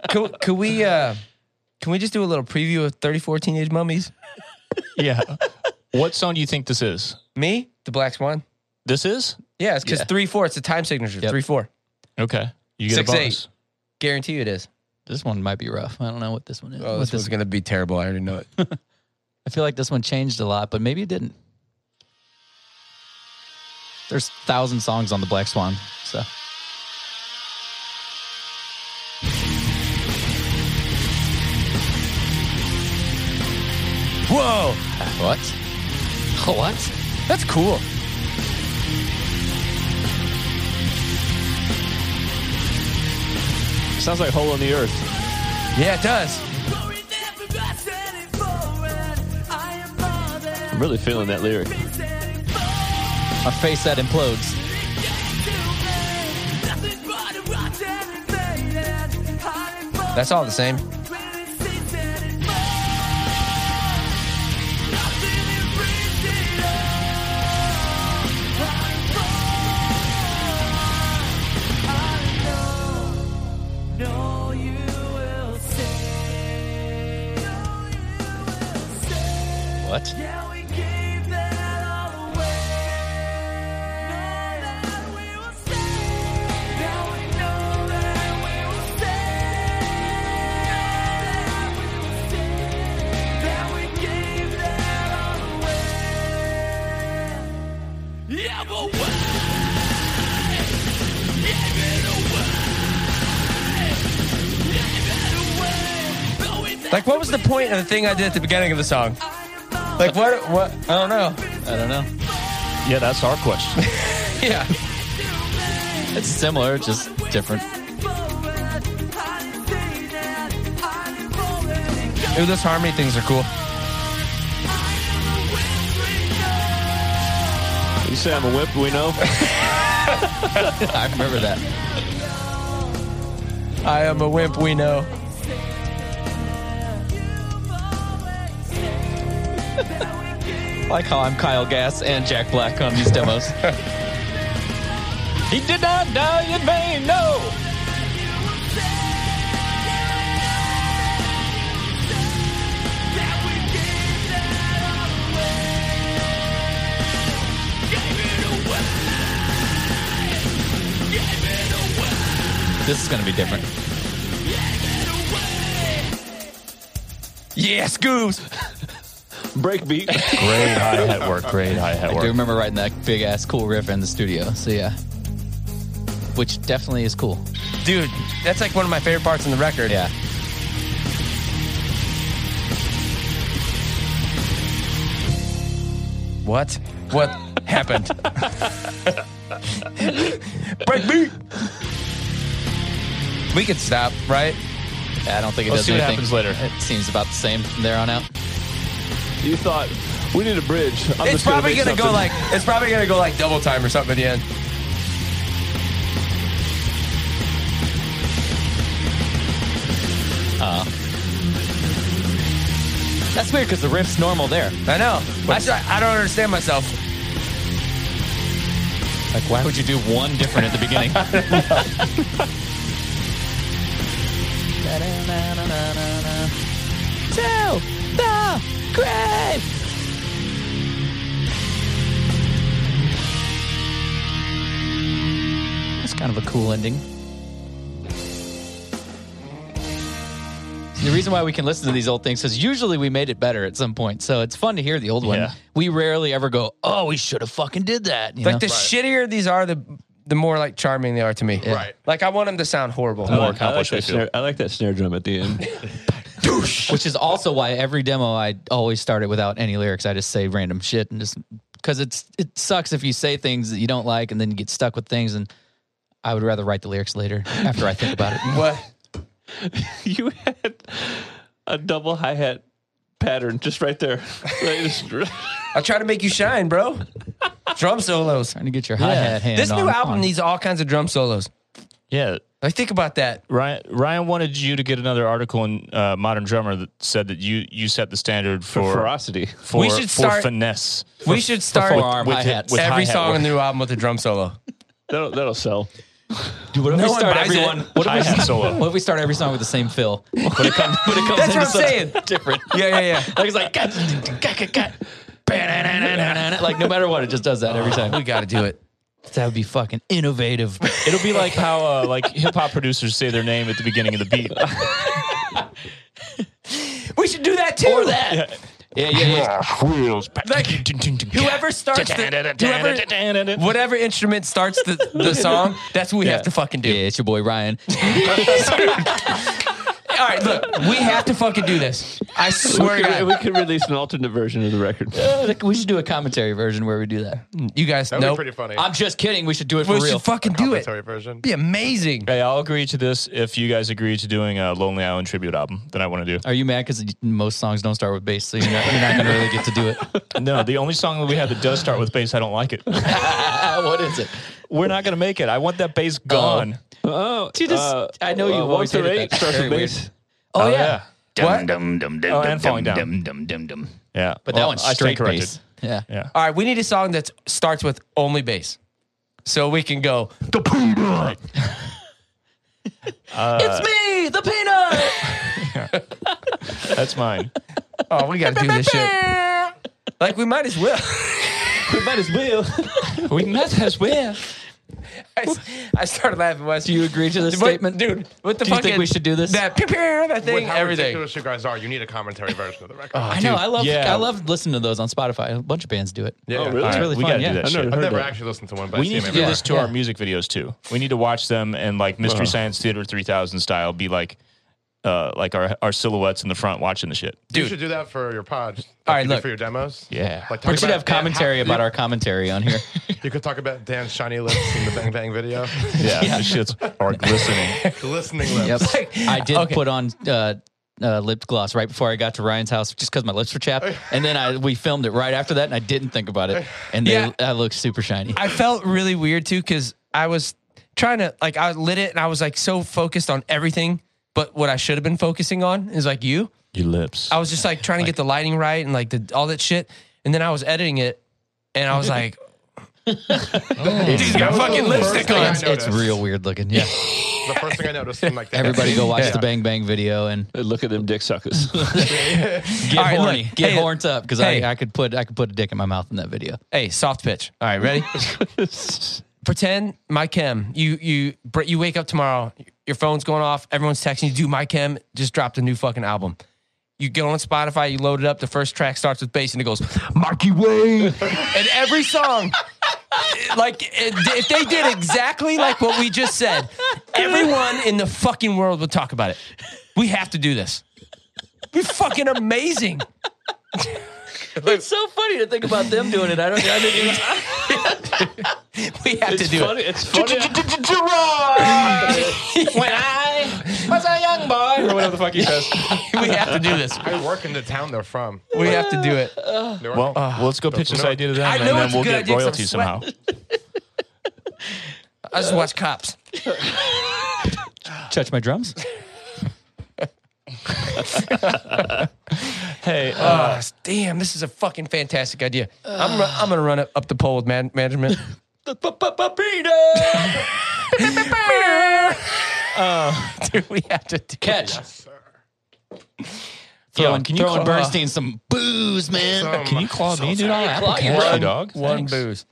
Speaker 3: can, can we uh can we just do a little preview of 34 Teenage Mummies?
Speaker 1: yeah. what song do you think this is?
Speaker 3: Me, the Black Swan.
Speaker 1: This is?
Speaker 3: Yeah, it's because three four. It's a time signature.
Speaker 2: Yep.
Speaker 3: Three four.
Speaker 1: Okay. You get
Speaker 3: Six,
Speaker 1: a bonus.
Speaker 3: Guarantee you it is.
Speaker 2: this one might be rough. I don't know what this one is.
Speaker 3: Oh,
Speaker 2: what
Speaker 3: this, one's gonna be terrible. I already know it.
Speaker 2: I feel like this one changed a lot, but maybe it didn't. There's thousand songs on the Black Swan, so
Speaker 3: Whoa,
Speaker 2: what? What?
Speaker 3: that's cool.
Speaker 5: Sounds like Hole in the Earth.
Speaker 3: Yeah, it does.
Speaker 5: I'm really feeling that lyric.
Speaker 2: A face that implodes.
Speaker 3: That's all the same.
Speaker 2: What?
Speaker 7: Yeah, but why? Gave it away. Gave it away. Though it's
Speaker 3: Like, what was the point of the thing I did at the beginning of the song? Like, what? What? I don't know.
Speaker 2: I don't know.
Speaker 1: Yeah, that's our question.
Speaker 3: Yeah.
Speaker 2: It's similar, just different.
Speaker 3: Ooh, those harmony things are cool.
Speaker 5: You say I'm a whip, we know.
Speaker 2: I remember that.
Speaker 3: I am a wimp, we know.
Speaker 2: I like how I'm Kyle Gass and Jack Black on these demos. he did not die in vain. No. This is gonna be different.
Speaker 3: Yes, goose.
Speaker 5: Breakbeat.
Speaker 1: Great hi hat work. Great hi hat
Speaker 2: I do
Speaker 1: work.
Speaker 2: remember writing that big ass cool riff in the studio. So yeah, which definitely is cool.
Speaker 3: Dude, that's like one of my favorite parts in the record.
Speaker 2: Yeah.
Speaker 3: What? What happened? Break me. We could stop, right?
Speaker 2: I don't think it
Speaker 1: Let's
Speaker 2: does
Speaker 1: see what
Speaker 2: anything.
Speaker 1: happens later.
Speaker 2: It seems about the same from there on out.
Speaker 5: you thought we need a bridge. I'm
Speaker 3: it's
Speaker 5: just gonna
Speaker 3: probably
Speaker 5: make
Speaker 3: gonna go
Speaker 5: something.
Speaker 3: like it's probably gonna go like double time or something at the end.
Speaker 2: That's weird because the riff's normal there.
Speaker 3: I know. I, try, I don't understand myself.
Speaker 2: Like, why would you do one different at the beginning? To the grave. That's kind of a cool ending. The reason why we can listen to these old things is usually we made it better at some point. So it's fun to hear the old one.
Speaker 1: Yeah.
Speaker 2: We rarely ever go, "Oh, we should have fucking did that." You know?
Speaker 3: Like the shittier these are, the the more like charming they are to me.
Speaker 4: Right.
Speaker 3: Like I want them to sound horrible.
Speaker 5: I like- I like,
Speaker 1: accomplished, I
Speaker 5: that
Speaker 1: feel.
Speaker 5: snare, I like that snare drum at the end.
Speaker 2: which is also why every demo I always start it without any lyrics. I just say random shit and just because it's it sucks if you say things that you don't like and then you get stuck with things. And I would rather write the lyrics later after I think about it.
Speaker 3: What?
Speaker 5: you had a double hi hat pattern just right there. Like, just-
Speaker 3: I try to make you shine, bro. drum solos.
Speaker 2: Trying to get your hi hat hand.
Speaker 3: This new
Speaker 2: on-
Speaker 3: album
Speaker 2: on.
Speaker 3: needs all kinds of drum solos.
Speaker 1: Yeah.
Speaker 3: Like think about that.
Speaker 1: Ryan, Ryan wanted you to get another article in uh, Modern Drummer that said that you you set the standard for
Speaker 5: ferocity.
Speaker 1: for,
Speaker 3: We should
Speaker 1: for
Speaker 3: start-
Speaker 1: finesse.
Speaker 3: we should start
Speaker 2: forearm
Speaker 1: with
Speaker 2: hi-hats.
Speaker 1: it- with
Speaker 3: every
Speaker 1: hi-hat
Speaker 3: song
Speaker 1: work.
Speaker 3: in the new album with a drum solo.
Speaker 5: That'll, that'll sell.
Speaker 2: What if
Speaker 3: no
Speaker 2: we
Speaker 3: one
Speaker 2: start
Speaker 3: buys it.
Speaker 2: everyone? What if, we,
Speaker 1: hi-hat solo.
Speaker 2: what if we start every song with the same fill? When it comes, when it comes
Speaker 3: That's
Speaker 2: into
Speaker 3: what I'm
Speaker 2: something
Speaker 3: saying.
Speaker 2: Different.
Speaker 3: Yeah, yeah, yeah.
Speaker 2: Like it's like cut, cut, cut, cut. Ba-na-na-na-na-na-na. Like no matter what, it just does that every time.
Speaker 3: We got to do it.
Speaker 2: That would be fucking innovative.
Speaker 1: It'll be like how uh, like hip hop producers say their name at the beginning of the beat.
Speaker 3: We should do that too.
Speaker 2: Or that. Yeah, yeah, yeah.
Speaker 1: Like,
Speaker 3: Whoever starts the, whoever, whatever instrument starts the, the song, that's what we have to fucking do.
Speaker 2: Yeah, it's your boy Ryan.
Speaker 3: All right, look, we have to fucking do this. I swear to
Speaker 5: we, could,
Speaker 3: God.
Speaker 5: we could release an alternate version of the record.
Speaker 2: Uh, we should do a commentary version where we do that.
Speaker 1: Mm,
Speaker 3: You guys,
Speaker 4: That'd
Speaker 3: know.
Speaker 4: be pretty funny.
Speaker 2: I'm just kidding. We should do it for
Speaker 3: We
Speaker 2: real.
Speaker 3: should fucking do it.
Speaker 4: Commentary version.
Speaker 3: Be amazing.
Speaker 1: Hey, I'll agree to this if you guys agree to doing a Lonely Island tribute album that I want to do.
Speaker 2: Are you mad because most songs don't start with bass, so you're not, you're not gonna really get to do it?
Speaker 1: No, the only song that we have that does start with bass, I don't like it.
Speaker 2: Ah, what is it?
Speaker 1: We're not gonna make it. I want that bass gone.
Speaker 5: Oh,
Speaker 2: Dude, this- Uh, I
Speaker 1: Uh,
Speaker 2: know you've always
Speaker 5: one through
Speaker 2: hated
Speaker 5: eight
Speaker 2: that.
Speaker 5: starts
Speaker 2: Very
Speaker 5: with bass.
Speaker 1: Oh, yeah.
Speaker 3: What?
Speaker 1: Oh, and falling down. Dum, dum, dum, dum. Yeah,
Speaker 2: But
Speaker 1: Well,
Speaker 2: that one's
Speaker 1: I stand
Speaker 2: straight
Speaker 1: corrected.
Speaker 2: bass. Yeah.
Speaker 1: Yeah.
Speaker 3: All right, we need a song that starts with only bass. So we can go, the Pumbaa.
Speaker 2: it's me, the peanut.
Speaker 1: That's mine.
Speaker 3: Oh, we gotta do this shit. Like we might as well.
Speaker 5: We might as well.
Speaker 1: we met as well.
Speaker 3: I, s- I started laughing. Wes.
Speaker 2: Do you agree to this
Speaker 3: What-
Speaker 2: statement,
Speaker 3: dude? What the
Speaker 2: Do you
Speaker 3: fuck?
Speaker 2: think we should do this?
Speaker 3: That pew, pew, that
Speaker 4: With
Speaker 3: thing,
Speaker 4: how
Speaker 3: everything.
Speaker 4: ridiculous you guys are, you need a commentary version of the
Speaker 3: Oh,
Speaker 4: record.
Speaker 2: I know. I love.
Speaker 1: yeah.
Speaker 2: I love listening to those on Spotify. A bunch of bands do it.
Speaker 4: yeah.
Speaker 5: Oh, really?
Speaker 1: All right,
Speaker 2: really
Speaker 1: we
Speaker 2: fun,
Speaker 1: gotta
Speaker 2: yeah.
Speaker 1: do that
Speaker 5: I've never
Speaker 1: shit.
Speaker 4: I've
Speaker 5: heard
Speaker 4: never
Speaker 5: that.
Speaker 4: actually listened to one, but I
Speaker 1: We
Speaker 4: see
Speaker 1: need
Speaker 4: them
Speaker 1: to do
Speaker 4: everywhere.
Speaker 1: this to
Speaker 2: Yeah.
Speaker 1: our music videos too. Uh-huh. We need to watch them and like Mystery Science Theater 3000 style be like uh like our our silhouettes in the front watching the shit.
Speaker 4: You should do that for your pod. Like
Speaker 3: All right,
Speaker 4: you do
Speaker 3: look.
Speaker 4: for your demos.
Speaker 1: Yeah.
Speaker 4: Like talk
Speaker 2: We should
Speaker 4: about
Speaker 2: have commentary
Speaker 4: Dan-
Speaker 2: about our commentary on here.
Speaker 4: You could talk about Dan's shiny lips in the Bang Bang video.
Speaker 1: Yeah, the shits are glistening.
Speaker 4: Glistening lips.
Speaker 2: Yep. I did
Speaker 3: okay.
Speaker 2: put on uh, uh, lip gloss right before I got to Ryan's house, just because my lips were chapped. And then I we filmed it right after that, and I didn't think about it, and they,
Speaker 3: Yeah.
Speaker 2: I looked super shiny.
Speaker 3: I felt really weird too because I was trying to like I lit it and I was like so focused on everything, but what I should have been focusing on is like you.
Speaker 1: Your lips.
Speaker 3: I was just like trying to get the lighting right and like the, all that shit, and then I was editing it, and I was like,
Speaker 4: He's got
Speaker 3: fucking lipstick on.
Speaker 2: it's, it's real weird looking. Yeah,
Speaker 4: The first thing I noticed, in like the
Speaker 2: everybody go watch
Speaker 4: Yeah.
Speaker 2: the Bang Bang video and
Speaker 5: Look at them dick suckers.
Speaker 2: get
Speaker 3: All right, look,
Speaker 2: horny, get
Speaker 3: hey,
Speaker 2: horns up because
Speaker 3: hey.
Speaker 2: I, I could put I could put a dick in my mouth in that video.
Speaker 3: "Hey, soft pitch. All right, ready? Pretend my chem. You you Brett, you wake up tomorrow. Your phone's going off. Everyone's texting you. Do my chem. Just dropped a new fucking album. You go on Spotify. You load it up. The first track starts with bass and it goes Marky Way, and every song. Like it- if they did exactly like what we just said, everyone in the fucking world would talk about it. We have to do this. We're fucking amazing.
Speaker 2: It's so funny to think about them doing it. I don't. I didn't even
Speaker 3: We have to
Speaker 5: it's
Speaker 3: do it.
Speaker 5: funny. It's funny.
Speaker 3: when I was a young boy. Whatever the fuck he says. we have to do this.
Speaker 4: I work in the town they're from.
Speaker 3: We have to do it.
Speaker 4: Newark.
Speaker 1: well,
Speaker 2: uh,
Speaker 1: well, let's go pitch this
Speaker 4: no.
Speaker 1: idea to them,
Speaker 3: I
Speaker 1: and
Speaker 3: know
Speaker 1: then
Speaker 3: it's a
Speaker 1: we'll
Speaker 3: good
Speaker 1: get
Speaker 3: idea 'cause I'm
Speaker 1: royalties somehow.
Speaker 3: I just watch cops.
Speaker 2: touch my drums.
Speaker 1: Hey, uh,
Speaker 3: Uh, damn, this is a fucking fantastic idea. I'm, ru- I'm gonna run up, up the pole with man- management. Dude, we have to do
Speaker 2: Catch.
Speaker 3: It.
Speaker 2: Yo,
Speaker 1: can you
Speaker 2: throwing
Speaker 1: call-
Speaker 2: Bernstein some booze, man?
Speaker 1: can you claw me, dude? I'll apple
Speaker 2: Claw you,
Speaker 1: catch you,
Speaker 2: bro.
Speaker 1: dog.
Speaker 3: One
Speaker 1: Thanks.
Speaker 3: booze.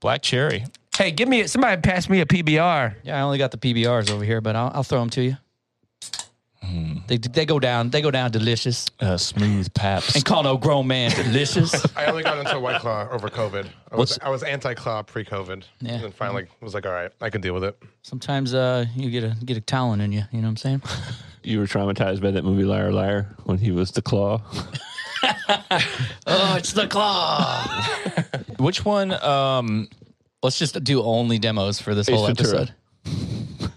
Speaker 1: Black cherry.
Speaker 3: Hey, give me somebody. Pass me a PBR.
Speaker 2: Yeah, I only got the PBRs over here, but I'll, I'll throw them to you.
Speaker 3: Hmm.
Speaker 2: They they go down. They go down delicious.
Speaker 1: Uh, smooth paps.
Speaker 2: And call no grown man delicious.
Speaker 4: I only got into White Claw over COVID. I was, I was anti Claw pre COVID.
Speaker 2: Yeah.
Speaker 4: And then finally was like, all right, I can deal with it.
Speaker 2: Sometimes uh, you get a get a talent in you. You know what I'm saying?
Speaker 5: You were traumatized by that movie Liar Liar when he was the claw.
Speaker 2: oh, it's the claw.
Speaker 1: Which one? Um,
Speaker 2: Let's just do only demos for this
Speaker 5: Ace
Speaker 2: whole
Speaker 5: Ventura.
Speaker 2: episode.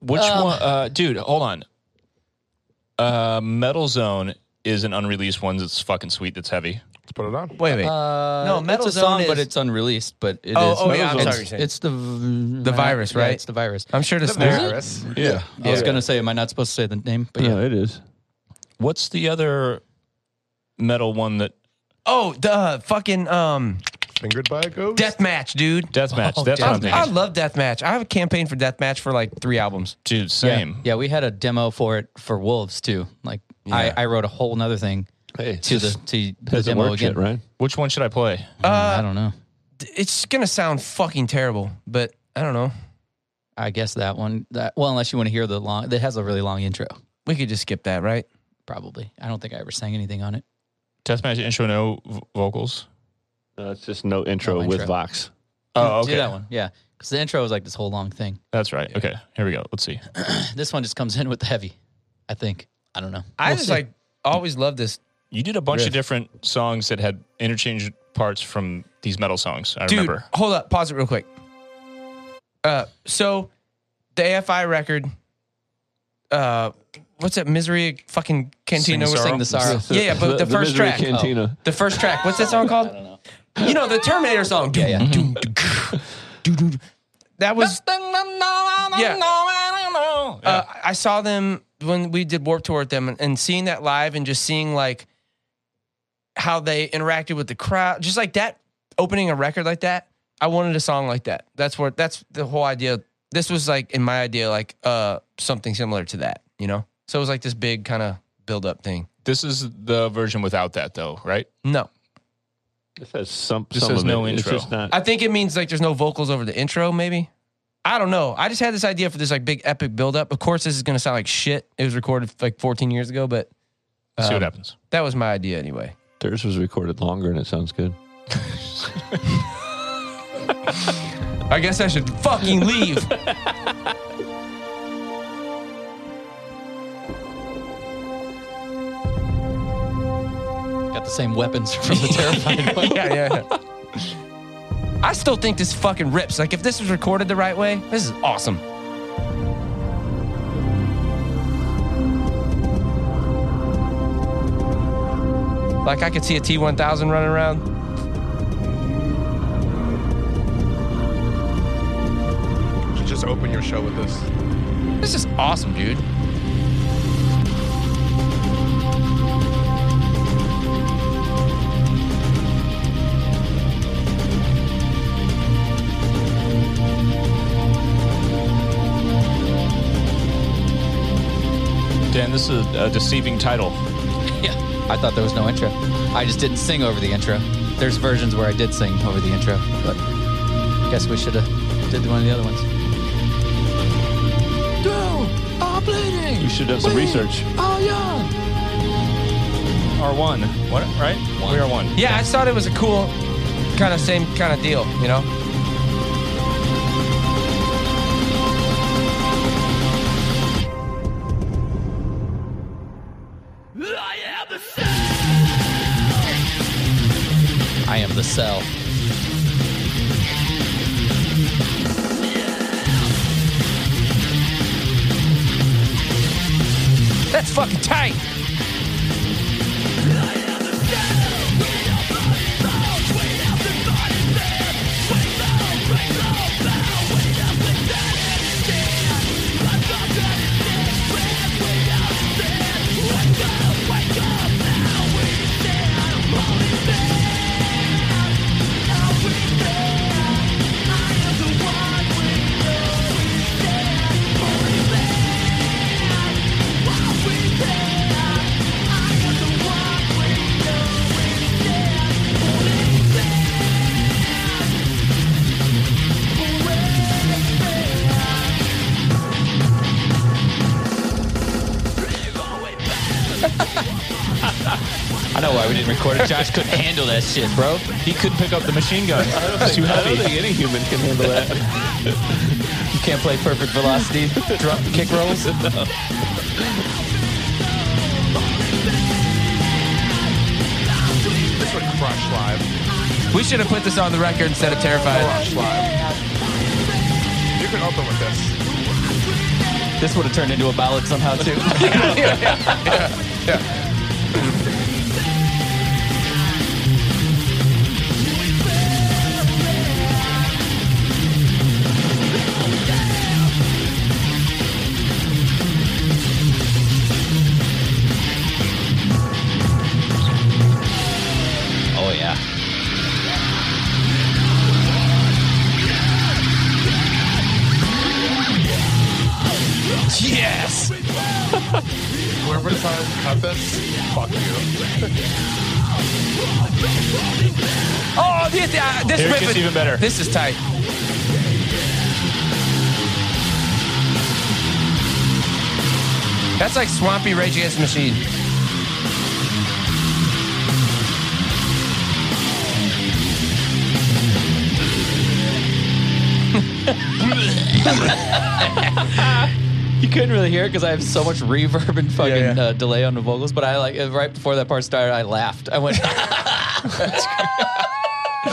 Speaker 1: which one? Uh, dude, hold on. Uh, Metal Zone is an unreleased one that's fucking sweet. That's heavy.
Speaker 4: Let's put it on.
Speaker 3: Wait, wait. no, metal
Speaker 2: it's Uh, a song,
Speaker 3: Zone
Speaker 2: but
Speaker 3: is-
Speaker 2: it's unreleased. But it is.
Speaker 3: Oh, oh, yeah, I'm
Speaker 2: it's,
Speaker 3: sorry, you're saying.
Speaker 2: It's the the
Speaker 3: virus, right?
Speaker 2: it's the virus.
Speaker 3: I'm sure this there.
Speaker 4: Chris.
Speaker 5: Yeah.
Speaker 2: I was gonna say, am I not supposed to say the name? But yeah,
Speaker 5: No, it is.
Speaker 1: What's the other metal one that
Speaker 3: Oh, the fucking um
Speaker 4: Fingered by a ghost.
Speaker 3: deathmatch, dude.
Speaker 1: Deathmatch? that's what I'm
Speaker 3: I, I
Speaker 1: thinking.
Speaker 3: love deathmatch. I have a campaign for deathmatch for like three albums.
Speaker 1: Dude, same.
Speaker 2: Yeah, we had a demo for it for Wolves too. Like I, I wrote a whole nother thing
Speaker 5: Hey,
Speaker 2: to the
Speaker 5: just
Speaker 2: to the
Speaker 5: hasn't
Speaker 2: demo
Speaker 5: worked
Speaker 2: again.
Speaker 5: yet, right?
Speaker 1: Which one should I play?
Speaker 2: I don't know.
Speaker 3: It's gonna sound fucking terrible, but I don't know.
Speaker 2: I guess that one. That well, unless you want to hear the long. That has a really long intro.
Speaker 3: We could just skip that, right?
Speaker 2: Probably. I don't think I ever sang anything on it.
Speaker 1: Deathmatch intro, no v- vocals.
Speaker 5: No, it's just no intro
Speaker 2: No
Speaker 5: with
Speaker 2: intro.
Speaker 5: Vox.
Speaker 1: Oh,
Speaker 2: Do
Speaker 1: okay.
Speaker 2: that one. Yeah. Because the intro is like this whole long thing.
Speaker 1: That's right. Okay, here we go. Let's see.
Speaker 2: This one just comes in with the heavy, I think. I don't know.
Speaker 3: I
Speaker 2: We'll
Speaker 3: just
Speaker 2: see.
Speaker 3: like always love this.
Speaker 1: You did a bunch
Speaker 3: Riff.
Speaker 1: of different songs that had interchange parts from these metal songs. I
Speaker 3: Dude,
Speaker 1: remember.
Speaker 3: hold up, pause it real quick. Uh, so the AFI record, uh, what's that? Misery fucking Cantina.
Speaker 1: Sing the
Speaker 3: was-
Speaker 1: Sorrow?
Speaker 2: Sing the sorrow.
Speaker 3: Yeah, yeah, but the first
Speaker 5: Misery
Speaker 3: track.
Speaker 5: Cantina.
Speaker 3: The first track. What's that song called? You know the Terminator song. Yeah, yeah. That was
Speaker 1: Yeah.
Speaker 3: uh, I saw them when we did Warp Tour with them, and, and seeing that live, and just seeing like how they interacted with the crowd, just like that opening a record like that. I wanted a song like that. That's what. That's the whole idea. This was like in my idea, like uh something similar to that. You know, so it was like this big kind of build up thing.
Speaker 1: This is the version without that, though, right?
Speaker 3: No,
Speaker 5: It says some.
Speaker 1: This
Speaker 5: some
Speaker 1: has
Speaker 5: of
Speaker 1: no
Speaker 5: it.
Speaker 1: intro.
Speaker 5: It's just not.
Speaker 3: I think it means like there's no vocals over the intro, maybe. I don't know. I just had this idea for this like big epic build up. Of course, this is gonna sound like shit. It was recorded like 14 years ago, but
Speaker 1: Let's see what
Speaker 3: um,
Speaker 1: happens.
Speaker 3: That was my idea anyway.
Speaker 5: Theirs was recorded longer, and it sounds good.
Speaker 3: I guess I should fucking leave.
Speaker 2: Got the same weapons from the terrified one.
Speaker 3: yeah, yeah. I still think this fucking rips. Like, if this was recorded the right way, this is awesome. Like, I could see a T1000 running around.
Speaker 4: You should just open your show with this.
Speaker 3: This is awesome, dude.
Speaker 1: Dan, this is a, a deceiving title.
Speaker 2: Yeah. I thought there was no intro. I just didn't sing over the intro. There's versions where I did sing over the intro, but guess we should have did one of the other ones.
Speaker 5: You should have some research.
Speaker 1: R1. What? Right? We are one.
Speaker 3: Yeah, I thought it was a cool kind of same kind of deal, you know?
Speaker 7: I am the sun.
Speaker 2: I am the cell.
Speaker 3: That's fucking tight.
Speaker 2: I know why we didn't record it. Josh couldn't handle that shit, bro.
Speaker 1: He couldn't pick up the machine gun. It's too
Speaker 5: I don't
Speaker 1: heavy.
Speaker 5: think any human can handle that.
Speaker 2: You can't play perfect velocity drum kick rolls.
Speaker 4: This would crush live.
Speaker 3: We should have put this on the record instead of Terrified.
Speaker 4: Crush live. You can open with this.
Speaker 2: This would have turned into a ballad somehow too. oh yeah. Yes.
Speaker 4: Whoever decides to cut this, fuck you.
Speaker 3: Oh, this, uh, this
Speaker 1: Here it
Speaker 3: riff
Speaker 1: gets
Speaker 3: is-
Speaker 1: even better.
Speaker 3: This is tight. That's like swampy Rage Against the Machine.
Speaker 2: You couldn't really hear it because I have so much reverb and fucking
Speaker 3: Yeah, yeah.
Speaker 2: Uh, delay on the vocals. But I like uh, right before that part started, I laughed. I went.
Speaker 4: That'd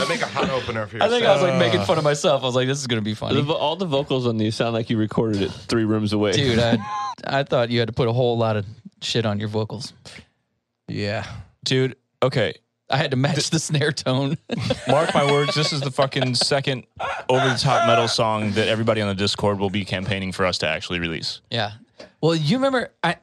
Speaker 4: make a hot opener for
Speaker 2: I
Speaker 4: yourself.
Speaker 2: think I was like making fun of myself. I was like, "This is gonna be
Speaker 5: The
Speaker 2: funny,
Speaker 5: vo- all the vocals on these sound like you recorded it three rooms away.
Speaker 2: dude." I, I thought you had to put a whole lot of shit on your vocals.
Speaker 3: Yeah.
Speaker 1: dude. Okay,
Speaker 2: I had to match the snare tone.
Speaker 1: mark my words. This is the fucking second over the top metal song that everybody on the Discord will be campaigning for us to actually release.
Speaker 2: yeah. Well, you remember I,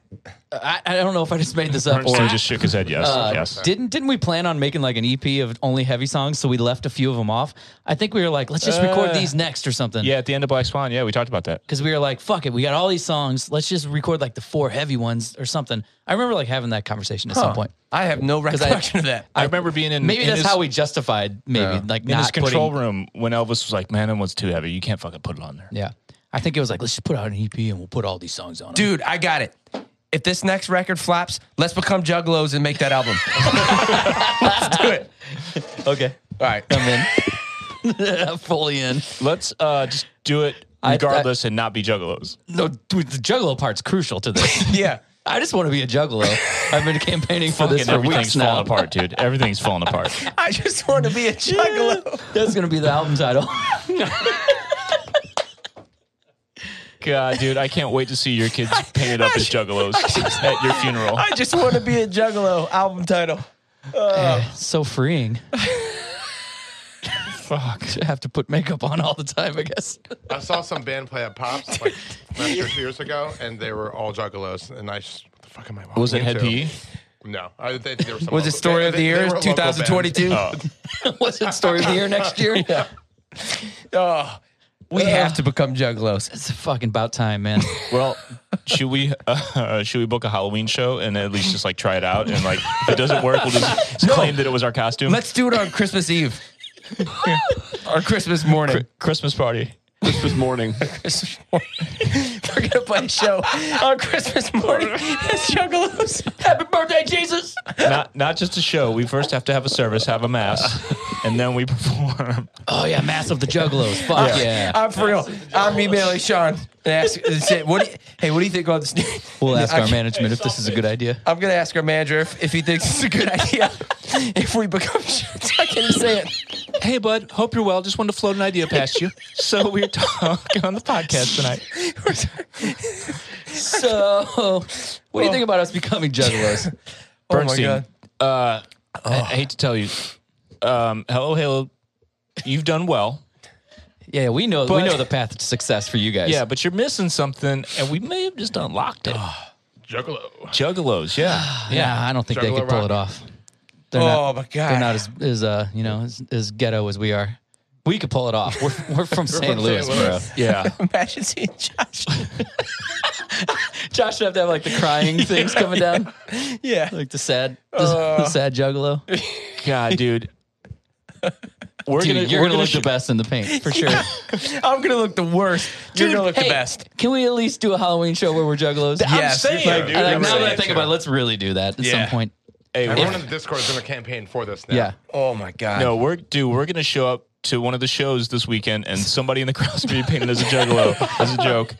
Speaker 2: I I don't know if I just made this up or
Speaker 1: Bernstein just shook his head. Yes,
Speaker 2: Uh,
Speaker 1: yes.
Speaker 2: Didn't didn't we plan on making like an EP of only heavy songs? So we left a few of them off. I think we were like, let's just record
Speaker 1: Uh,
Speaker 2: these next or something.
Speaker 1: yeah, at the end of Black Swan. Yeah, we talked about that.
Speaker 2: Because we were like, fuck it, we got all these songs. Let's just record like the four heavy ones or something. I remember like having that conversation at some point.
Speaker 3: I have no
Speaker 2: I-
Speaker 3: recollection of that.
Speaker 1: I, remember being in
Speaker 2: Maybe
Speaker 1: in
Speaker 2: that's
Speaker 1: his-
Speaker 2: how we justified maybe like
Speaker 1: in his
Speaker 2: not
Speaker 1: control
Speaker 2: putting,
Speaker 1: room when Elvis was like, "Man, that one's too heavy. You can't fucking put it on there."
Speaker 2: Yeah, I think it was like let's just put out an EP and we'll put all these songs on. it.
Speaker 3: Dude, I got it. If this next record flops, let's become juggalos and make that album. let's do it.
Speaker 2: okay,
Speaker 3: All right, I'm in.
Speaker 2: fully in.
Speaker 1: Let's uh, just do it
Speaker 2: I-
Speaker 1: regardless and not be juggalos.
Speaker 2: No, dude, the juggalo part's crucial to this.
Speaker 3: Yeah.
Speaker 2: I just want to be a juggalo. I've been campaigning for this
Speaker 1: Fucking
Speaker 2: for
Speaker 1: everything's
Speaker 2: weeks now.
Speaker 1: falling apart, dude. Everything's falling apart.
Speaker 3: I just want to be a juggalo.
Speaker 2: That's gonna be the album title.
Speaker 1: God, dude, I can't wait to see your kids painted up as juggalos at your funeral.
Speaker 3: I just want to be a juggalo album title.
Speaker 2: so freeing. Fuck. To have to put makeup on all the time, I guess.
Speaker 4: I saw some band play at Pops like last year, two years ago, and they were all juggalos. And I just, what the fuck am I walking
Speaker 1: Was it head
Speaker 4: into?
Speaker 1: PE?
Speaker 4: No, I didn't think there was. Some
Speaker 3: Was it
Speaker 4: local-
Speaker 3: Story
Speaker 4: they-
Speaker 3: of the
Speaker 4: they- they
Speaker 3: Year
Speaker 4: were a local band. Uh,
Speaker 3: 2022?
Speaker 2: Was it story of the year next year? Yeah.
Speaker 3: Oh, we
Speaker 2: Uh.
Speaker 3: have to become juggalos.
Speaker 2: It's fucking about time, man.
Speaker 1: Well, should we uh, should we book a Halloween show and at least just like try it out and like if it doesn't work, we'll just, just claim that it was our costume.
Speaker 3: Let's do it on Christmas Eve or Christmas morning.
Speaker 1: Christmas party.
Speaker 5: Christmas morning.
Speaker 3: Christmas morning. We're gonna play a show on Christmas morning. It's juggalos. Happy birthday, Jesus.
Speaker 1: Not not just a show. We first have to have a service, have a mass, and then we perform.
Speaker 2: Oh yeah, Mass of the Juggalos. Fuck yeah.
Speaker 3: I'm for real. I'm emailing Sean and ask, and say, what do you, hey, what do you think on this?
Speaker 2: We'll ask our
Speaker 3: I-
Speaker 2: management if this is a good idea.
Speaker 3: I'm gonna ask our manager if, if he thinks it's a good idea. if we become, I can't even say it.
Speaker 1: Hey, bud. Hope you're well. Just wanted to float an idea past you. So we're talking on the podcast tonight.
Speaker 2: So what do you think about us becoming juggalos?
Speaker 3: Oh my
Speaker 1: Bernstein,
Speaker 3: God.
Speaker 1: Uh, I, I hate to tell you, um, hello, hello. You've done well,
Speaker 2: Yeah, we know we
Speaker 1: But-
Speaker 2: know the path to success for you guys.
Speaker 1: yeah, but you're missing something, and we may have just unlocked it.
Speaker 4: Juggalo.
Speaker 1: Juggalos, yeah.
Speaker 2: yeah. I don't think they
Speaker 4: Juggalo
Speaker 2: could pull
Speaker 4: rock.
Speaker 2: it off. They're
Speaker 3: Oh
Speaker 2: not,
Speaker 3: my
Speaker 2: They're
Speaker 3: god.
Speaker 2: not as, as uh, you know, as, as ghetto as we are. We could pull it off. We're, we're from St. Louis,
Speaker 4: Louis.
Speaker 2: bro.
Speaker 1: yeah.
Speaker 3: Imagine seeing Josh.
Speaker 2: Josh would have to have like the crying things coming down,
Speaker 3: yeah.
Speaker 2: like the sad, the,
Speaker 3: Uh,
Speaker 2: the sad juggalo.
Speaker 1: God, dude. We're
Speaker 2: Dude,
Speaker 1: gonna,
Speaker 2: you're
Speaker 1: we're
Speaker 2: gonna, look
Speaker 1: sh-
Speaker 2: the best in the paint for sure.
Speaker 3: I'm gonna look the worst. You're gonna look
Speaker 2: hey,
Speaker 3: the best.
Speaker 2: Can we at least do a Halloween show where we're juggalos?
Speaker 1: I'm
Speaker 3: Yes,
Speaker 1: saying,
Speaker 3: you're-
Speaker 1: dude,
Speaker 2: I, like,
Speaker 1: I'm
Speaker 2: now that I
Speaker 1: saying.
Speaker 2: think about it, let's really do that at
Speaker 3: Yeah.
Speaker 2: some point.
Speaker 1: Hey,
Speaker 4: Everyone
Speaker 1: we're-
Speaker 4: in the Discord is in a campaign for this now.
Speaker 2: Yeah.
Speaker 3: Oh my god.
Speaker 1: no, we're dude. We're gonna show up to one of the shows this weekend, and somebody in the crowd's gonna be painted as a juggalo as a joke.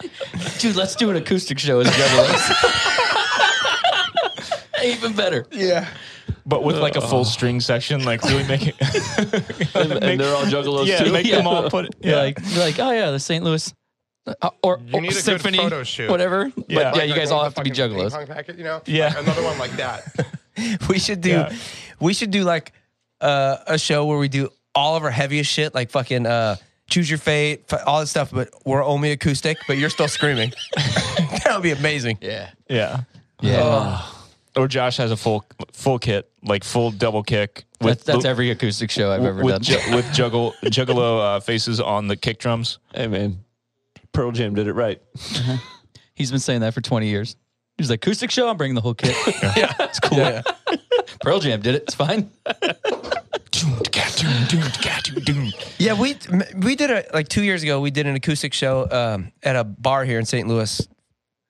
Speaker 2: Dude, let's do an acoustic show as juggalos. Even better.
Speaker 3: Yeah.
Speaker 1: but with like a
Speaker 2: Uh,
Speaker 1: full string section, like really make it.
Speaker 5: and, and they're all juggalos
Speaker 1: yeah,
Speaker 5: too.
Speaker 1: make them all put it. Yeah,
Speaker 2: Like, be like, oh yeah, the St. Louis uh, or,
Speaker 4: You
Speaker 2: or
Speaker 4: need a good
Speaker 2: symphony,
Speaker 4: photo shoot.
Speaker 2: whatever.
Speaker 1: Yeah.
Speaker 2: But yeah,
Speaker 1: Like
Speaker 2: you
Speaker 4: Like
Speaker 2: guys
Speaker 4: one
Speaker 2: all
Speaker 4: with
Speaker 2: have to be
Speaker 4: the fucking
Speaker 2: juggalos.
Speaker 4: ping pong Packet, you know?
Speaker 1: Yeah.
Speaker 4: Like another one like that.
Speaker 3: We should do
Speaker 1: Yeah.
Speaker 3: we should do like uh, a show where we do all of our heaviest shit, like fucking uh choose your fate, f- all that stuff, but we're only acoustic, but you're still screaming. that would be amazing. Oh.
Speaker 2: Yeah.
Speaker 1: yeah.
Speaker 2: Yeah.
Speaker 1: Or Josh has a full full kit, like full double kick
Speaker 2: that's,
Speaker 1: with
Speaker 2: that's
Speaker 1: the-
Speaker 2: every acoustic show I've ever
Speaker 1: with
Speaker 2: done.
Speaker 1: ju- with juggle juggalo uh, faces on the kick drums.
Speaker 5: Hey man, Pearl Jam did it right.
Speaker 2: He's been saying that for 20 years. He's like, acoustic show, I'm bringing the whole kit. yeah, it's cool. Pearl Jam did it. It's fine.
Speaker 3: Yeah, we we did a like two years ago. We did an acoustic show um, at a bar here in St. Louis.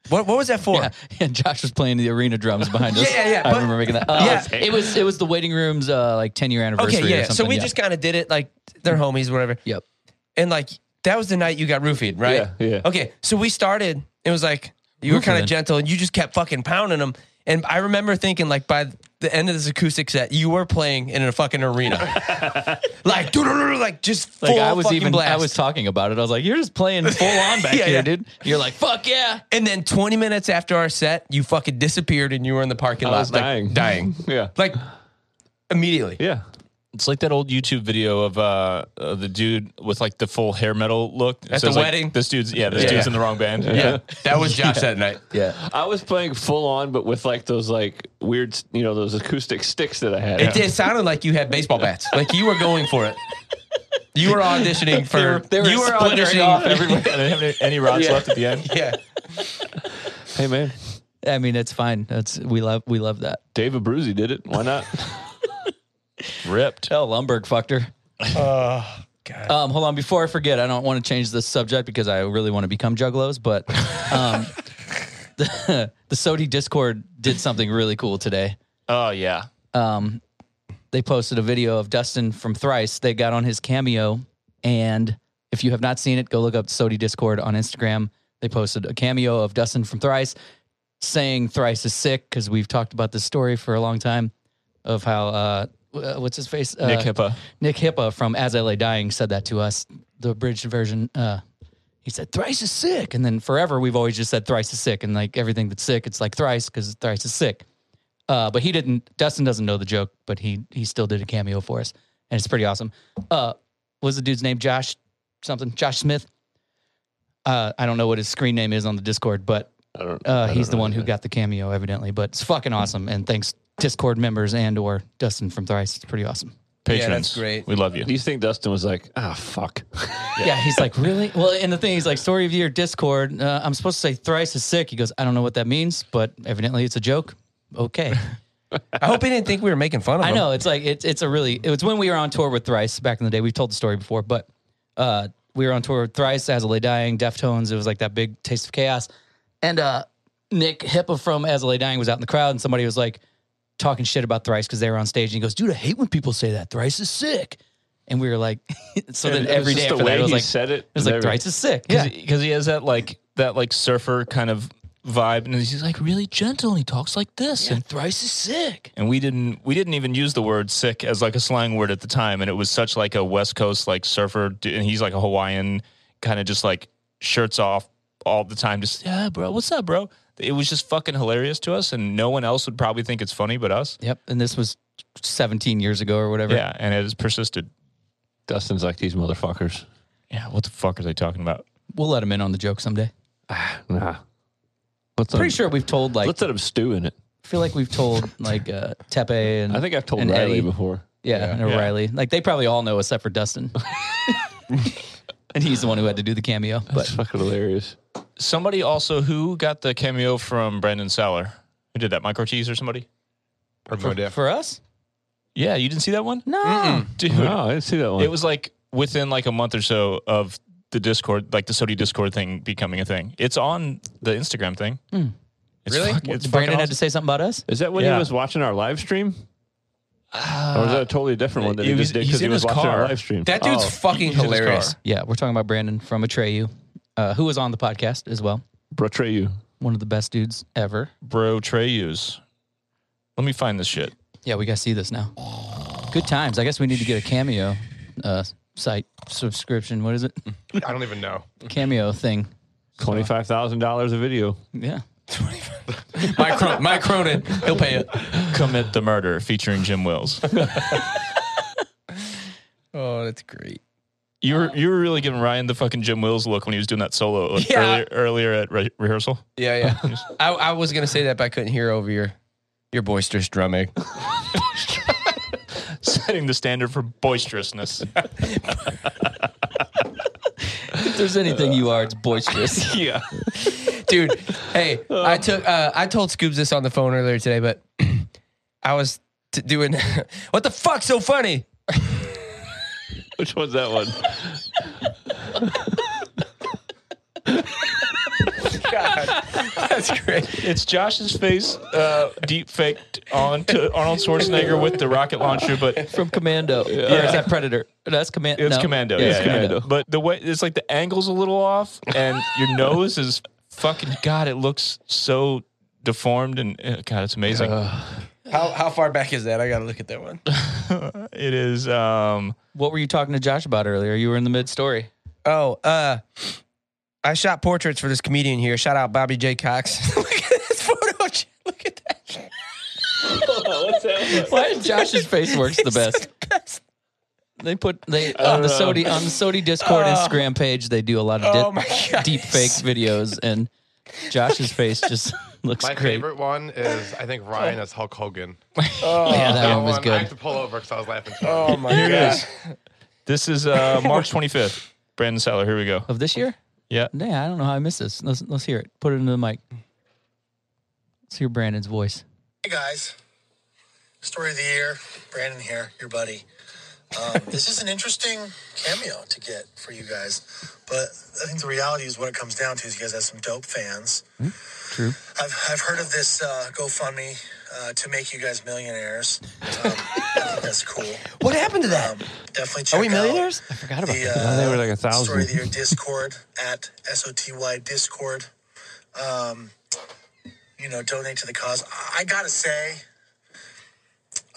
Speaker 3: What what was that for?
Speaker 2: Yeah. And Josh was playing the arena drums behind us.
Speaker 3: Yeah, yeah, yeah,
Speaker 2: I
Speaker 3: but-
Speaker 2: remember making that. Uh,
Speaker 3: Yeah.
Speaker 2: It was it was the waiting room's uh, like 10 year anniversary.
Speaker 3: Okay, yeah.
Speaker 2: Or
Speaker 3: So
Speaker 2: something,
Speaker 3: we
Speaker 2: yeah.
Speaker 3: just kind of did it like they're homies, whatever.
Speaker 2: Yep.
Speaker 3: And like that was the night you got roofied, right?
Speaker 5: Yeah, yeah.
Speaker 3: Okay, so we started. It was like you were kind
Speaker 2: Roofing.
Speaker 3: of gentle, and you just kept fucking pounding them. And I remember thinking, like, by the end of this acoustic set, you were playing in a fucking arena, like, doo-doo-doo-doo, like just full
Speaker 2: Like I was
Speaker 3: fucking
Speaker 2: even
Speaker 3: blast.
Speaker 2: I was talking about it. I was like, "You're just playing full on back
Speaker 3: Yeah,
Speaker 2: here,
Speaker 3: yeah.
Speaker 2: dude." You're like, "Fuck yeah!"
Speaker 3: and then 20 minutes after our set, you fucking disappeared, and you were in the parking
Speaker 5: I
Speaker 3: lot,
Speaker 5: was
Speaker 3: like,
Speaker 5: dying.
Speaker 3: dying,
Speaker 5: Yeah.
Speaker 3: like immediately.
Speaker 5: Yeah.
Speaker 1: It's like that old YouTube video of uh, uh the dude with like the full hair metal look It
Speaker 3: At
Speaker 1: says,
Speaker 3: the
Speaker 1: like,
Speaker 3: wedding?
Speaker 1: This dude's yeah, this
Speaker 3: Yeah.
Speaker 1: dude's in the wrong band.
Speaker 3: Yeah, that was Josh that night.
Speaker 2: Yeah,
Speaker 5: I was playing full on, but with like those like weird, you know, those acoustic sticks that I had.
Speaker 3: It, it sounded like you had baseball bats. Like you were going for it. You were auditioning for.
Speaker 2: they were
Speaker 3: you were
Speaker 2: splintering
Speaker 3: auditioning.
Speaker 2: off
Speaker 1: Everyone, and they have any rods left at the end?
Speaker 3: Yeah.
Speaker 5: Hey man,
Speaker 2: I mean, it's fine. That's we love we love that.
Speaker 5: Dave Abruzzi did it. Why not?
Speaker 1: Ripped.
Speaker 2: Tell Lumberg fucked her. Um, hold on, before I forget, I don't want to change this subject because I really want to become juggalos, but um, the, the Sodi Discord did something really cool today.
Speaker 1: Oh yeah.
Speaker 2: Um, they posted a video of Dustin from Thrice. They got on his cameo, and if you have not seen it, go look up Sodi Discord on Instagram. They posted a cameo of Dustin from Thrice saying Thrice is sick because we've talked about this story for a long time of how uh, w- uh, what's his face uh,
Speaker 1: Nick Hippa.
Speaker 2: Nick Hippa from As I Lay Dying said that to us, the abridged version. Uh, he said, Thrice is sick. And then forever, we've always just said thrice is sick. And like everything that's sick, it's like thrice because thrice is sick. Uh, but he didn't, Dustin doesn't know the joke, but he he still did a cameo for us. And it's pretty awesome. Uh, what was the dude's name? Josh something? Josh Smith? Uh, I don't know what his screen name is on the Discord, but
Speaker 5: I don't.
Speaker 2: uh, he's the one who got the cameo, evidently. But it's fucking awesome. And thanks, Discord members and or Dustin from Thrice. It's pretty awesome.
Speaker 1: Patrons.
Speaker 3: that's great.
Speaker 1: We love you.
Speaker 5: Do you think Dustin was like, ah, fuck?
Speaker 2: Yeah. he's like, really? Well, and the thing, he's like, story of the year, Discord. Uh, I'm supposed to say thrice is sick. He goes, I don't know what that means, but evidently it's a joke. Okay,
Speaker 3: I hope he didn't think we were making fun of him.
Speaker 2: I know it's like it's it's a really it was when we were on tour with Thrice back in the day. We've told the story before, but uh, we were on tour with Thrice, As I Lay Dying, Deftones. It was like that big taste of chaos, and uh, Nick Hippa from As I Lay Dying was out in the crowd, and somebody was like talking shit about Thrice because they were on stage, and he goes, "Dude, I hate when people say that. Thrice is sick." And we were like, so then
Speaker 5: It was
Speaker 2: every day
Speaker 5: just the
Speaker 2: after that,
Speaker 5: way
Speaker 2: it was
Speaker 5: he
Speaker 2: like,
Speaker 5: said it
Speaker 2: it was
Speaker 5: and
Speaker 2: like,
Speaker 5: everything.
Speaker 2: Thrice is sick.
Speaker 1: Because
Speaker 2: Yeah.
Speaker 1: he, has that like that like surfer kind of vibe, and he's like really gentle, and he talks like this, and
Speaker 2: Thrice is sick.
Speaker 1: and we didn't we didn't even use the word sick as like a slang word at the time, and it was such like a West Coast like surfer, du- and he's like a Hawaiian kind of just like shirts off all the time, just yeah, bro, what's up, bro? It was just fucking hilarious to us, and no one else would probably think it's funny but us.
Speaker 2: Yep. And this was 17 years ago or whatever.
Speaker 1: Yeah, and it has persisted.
Speaker 5: Dustin's like these motherfuckers.
Speaker 1: Yeah, what the fuck are they talking about?
Speaker 2: We'll let him in on the joke someday.
Speaker 5: Nah. Let's let
Speaker 2: Pretty
Speaker 5: him-
Speaker 2: sure we've told like
Speaker 5: Let's uh, let him stew in it.
Speaker 2: I feel like we've told like uh Tepe and
Speaker 5: I think I've told
Speaker 2: and
Speaker 5: Riley
Speaker 2: Eddie.
Speaker 5: before.
Speaker 2: Yeah, and O'Reilly. Like they probably all know except for Dustin. and he's the one who had to do the cameo.
Speaker 5: That's
Speaker 2: But
Speaker 5: fucking hilarious.
Speaker 1: Somebody also who got the cameo from Brandon Saller. Who did that? Micro Cheese or somebody?
Speaker 4: I have no idea.
Speaker 2: for us?
Speaker 1: Yeah, you didn't see that one?
Speaker 2: No.
Speaker 1: Dude,
Speaker 5: No, I didn't see that one.
Speaker 1: it was like within like a month or so of the Discord, like the Sodi Discord thing becoming a thing. It's on the Instagram thing. It's
Speaker 3: Really?
Speaker 1: fuck- it's
Speaker 2: Hmm. Brandon
Speaker 1: fucking
Speaker 2: had to
Speaker 1: awesome.
Speaker 2: say something about us?
Speaker 5: Is that when
Speaker 1: Yeah.
Speaker 5: he was watching our live stream? or was that a totally different one that Ah. he
Speaker 1: he was-
Speaker 5: just did
Speaker 1: he's
Speaker 5: because he
Speaker 1: in
Speaker 5: was
Speaker 1: his
Speaker 5: watching
Speaker 1: car.
Speaker 5: our live stream?
Speaker 3: That dude's
Speaker 1: Oh,
Speaker 3: fucking
Speaker 1: he's in his
Speaker 3: hilarious.
Speaker 1: car.
Speaker 2: Yeah, we're talking about Brandon from Atreyu, uh, who was on the podcast as well.
Speaker 5: portray you.
Speaker 2: One of the best dudes ever.
Speaker 1: Bro Treyus. Let me find this shit.
Speaker 2: Yeah, we gotta see this now. Good times. I guess we need to get a cameo uh site subscription. What is it?
Speaker 4: I don't even know.
Speaker 2: Cameo thing.
Speaker 5: Twenty five thousand dollars a video.
Speaker 2: Yeah.
Speaker 3: My, Cro- my Cronin, he'll pay it.
Speaker 1: Commit the murder featuring Jim Wills.
Speaker 3: Oh, that's great.
Speaker 1: You were you were really giving Ryan the fucking Jim Wills look when he was doing that solo like,
Speaker 3: Yeah.
Speaker 1: earlier earlier at re- rehearsal.
Speaker 3: Yeah, yeah. I, I was gonna say that, but I couldn't hear over your your boisterous drumming.
Speaker 1: setting the standard for boisterousness.
Speaker 2: If there's anything you are, it's boisterous.
Speaker 1: yeah.
Speaker 3: dude. Hey, I took. Uh, I told Scoobs this on the phone earlier today, but I was t- doing. what the fuck's so funny?
Speaker 5: Which one's that one?
Speaker 3: That's great.
Speaker 1: It's Josh's face uh, deep faked onto Arnold Schwarzenegger with the rocket launcher, but
Speaker 2: from Commando. Yeah. Or is that Predator? That's Commando.
Speaker 1: It's Commando. Yeah,
Speaker 5: it's
Speaker 1: yeah.
Speaker 5: Commando.
Speaker 1: But the way it's like the angle's a little off, and your nose is fucking God. It looks so deformed, and uh, God, it's amazing.
Speaker 3: How how far back is that? I gotta look at that one.
Speaker 1: It is. Um,
Speaker 2: What were you talking to Josh about earlier? You were in the mid story.
Speaker 3: Oh, uh, I shot portraits for this comedian here. Shout out Bobby J. Cox. look at this photo. Look at that.
Speaker 2: Why Josh's face works the best.
Speaker 3: Best.
Speaker 2: They put they on the Sodi on the Sodi Discord Instagram page. They do a lot of
Speaker 3: Oh
Speaker 2: di-
Speaker 3: my god.
Speaker 2: deep fake videos, and Josh's face just looks
Speaker 4: My
Speaker 2: great.
Speaker 4: favorite one is I think Ryan as Hulk Hogan.
Speaker 2: yeah, that, one was
Speaker 4: I
Speaker 2: good.
Speaker 4: have to pull over because I was laughing. So
Speaker 3: Oh
Speaker 4: hard.
Speaker 3: my god.
Speaker 1: this is uh, March 25th. Brandon Seller. Here we go.
Speaker 2: of this year?
Speaker 1: Yeah.
Speaker 2: Yeah, I don't know how I missed this. Let's let's hear it. Put it into the mic. Let's hear Brandon's voice.
Speaker 8: Hey guys, story of the year, Brandon here, your buddy. Um, this is an interesting cameo to get for you guys, but I think the reality is what it comes down to is you guys have some dope fans.
Speaker 3: Mm-hmm.
Speaker 2: true.
Speaker 8: I've, I've heard of this uh, GoFundMe uh, to make you guys millionaires. Um, I think that's cool.
Speaker 3: What happened to that?
Speaker 8: Um, definitely check
Speaker 3: Are we
Speaker 8: out
Speaker 3: millionaires?
Speaker 2: Forgot about
Speaker 8: The,
Speaker 2: that.
Speaker 8: uh,
Speaker 5: They were like a thousand.
Speaker 8: Story of the year Discord at SOTY Discord. Um, you know, donate to the cause. I I gotta say,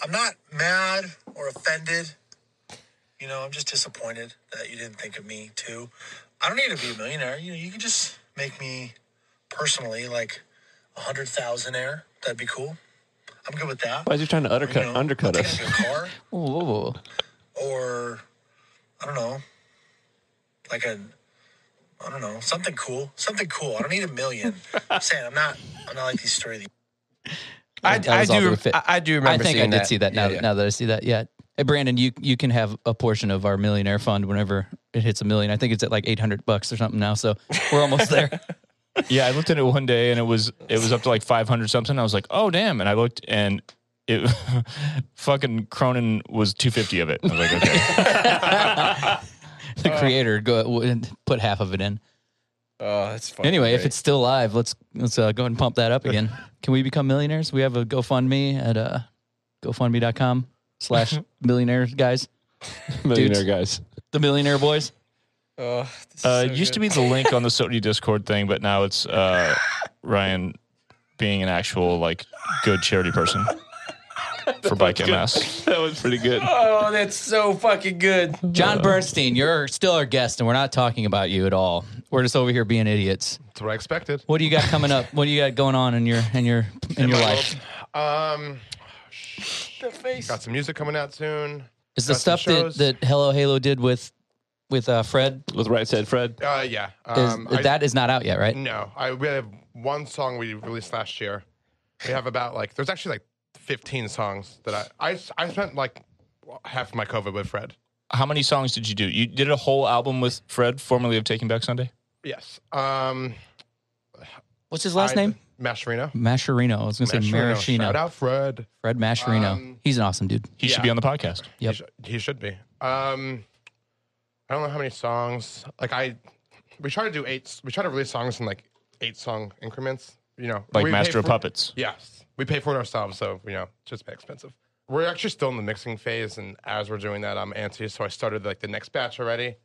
Speaker 8: I'm not mad or offended. You know, I'm just disappointed that you didn't think of me too. I don't need to be a millionaire. You know, you can just make me personally like a hundred thousand air. That'd be cool. I'm good with that.
Speaker 5: Why is he trying to undercut
Speaker 8: You know,
Speaker 5: undercut
Speaker 8: take
Speaker 5: us?
Speaker 8: Your car
Speaker 2: Whoa, whoa, whoa.
Speaker 8: or I don't know, like a I don't know something cool, something cool. I don't need a million. I'm saying I'm not. I'm not like these story.
Speaker 3: I,
Speaker 2: That
Speaker 3: I
Speaker 2: was all
Speaker 3: do.
Speaker 2: the fit.
Speaker 3: I, I do remember.
Speaker 2: I think I
Speaker 3: seeing
Speaker 2: did see that now,
Speaker 3: Yeah, yeah.
Speaker 2: now that I see that. Yeah. Hey, Brandon, you you can have a portion of our millionaire fund whenever it hits a million. I think it's at like 800 bucks or something now. So we're almost there.
Speaker 1: Yeah, I looked at it one day and it was it was up to like 500 something. I was like, "Oh damn." And I looked and it fucking Cronin was 250 of it. I was like, "Okay."
Speaker 2: the creator go would put half of it in.
Speaker 3: Oh, that's funny.
Speaker 2: Anyway, if it's still live, let's let's uh, go ahead and pump that up again. Can we become millionaires? We have a GoFundMe at uh, gofundme.com slash millionaire guys,
Speaker 5: Millionaire guys.
Speaker 2: the millionaire boys.
Speaker 3: oh, this is
Speaker 1: uh,
Speaker 3: so
Speaker 1: it used
Speaker 3: good.
Speaker 1: to be the link on the Sony Discord thing, but now it's uh, Ryan being an actual like good charity person for bike MS.
Speaker 5: That was pretty good.
Speaker 3: Oh, that's so fucking good.
Speaker 2: John Bernstein, you're still our guest, and we're not talking about you at all. We're just over here being idiots.
Speaker 4: That's what I expected.
Speaker 2: What do you got coming up? What do you got going on in your in your in, your
Speaker 4: my
Speaker 2: life?
Speaker 4: Um,
Speaker 3: The face.
Speaker 4: got some music coming out soon.
Speaker 2: Is the
Speaker 4: got some
Speaker 2: stuff that,
Speaker 4: shows.
Speaker 2: that Hello Halo did with with uh, Fred
Speaker 5: With right said Fred.
Speaker 4: Uh, yeah.
Speaker 2: is,
Speaker 4: Um, I-
Speaker 2: that is not out yet, right?
Speaker 4: No, I we have one song we released last year. We have about like there's actually like 15 songs that I I, I spent like half my COVID with Fred.
Speaker 1: How many songs did you do? You did a whole album with Fred, formerly of Taking Back Sunday.
Speaker 4: Yes. Um,
Speaker 2: What's his last
Speaker 4: I-
Speaker 2: name?
Speaker 4: Mascherino.
Speaker 2: Mascherino. I was gonna say
Speaker 4: Shout
Speaker 2: Maraschino.
Speaker 4: out Fred.
Speaker 2: Fred Mascherino.
Speaker 4: Um,
Speaker 2: He's an awesome dude.
Speaker 1: He should
Speaker 4: Yeah.
Speaker 1: be on the podcast.
Speaker 2: Yep.
Speaker 4: He, should, he should be. Um, I don't know how many songs. Like I, we try to do eight. We try to release songs in like eight song increments. You know,
Speaker 1: Like
Speaker 4: we pay
Speaker 1: Master of
Speaker 4: for-
Speaker 1: Puppets.
Speaker 4: Yes, we pay for it ourselves, so you know, it's just expensive. We're actually still in the mixing phase, and as we're doing that, I'm antsy, so I started like the next batch already.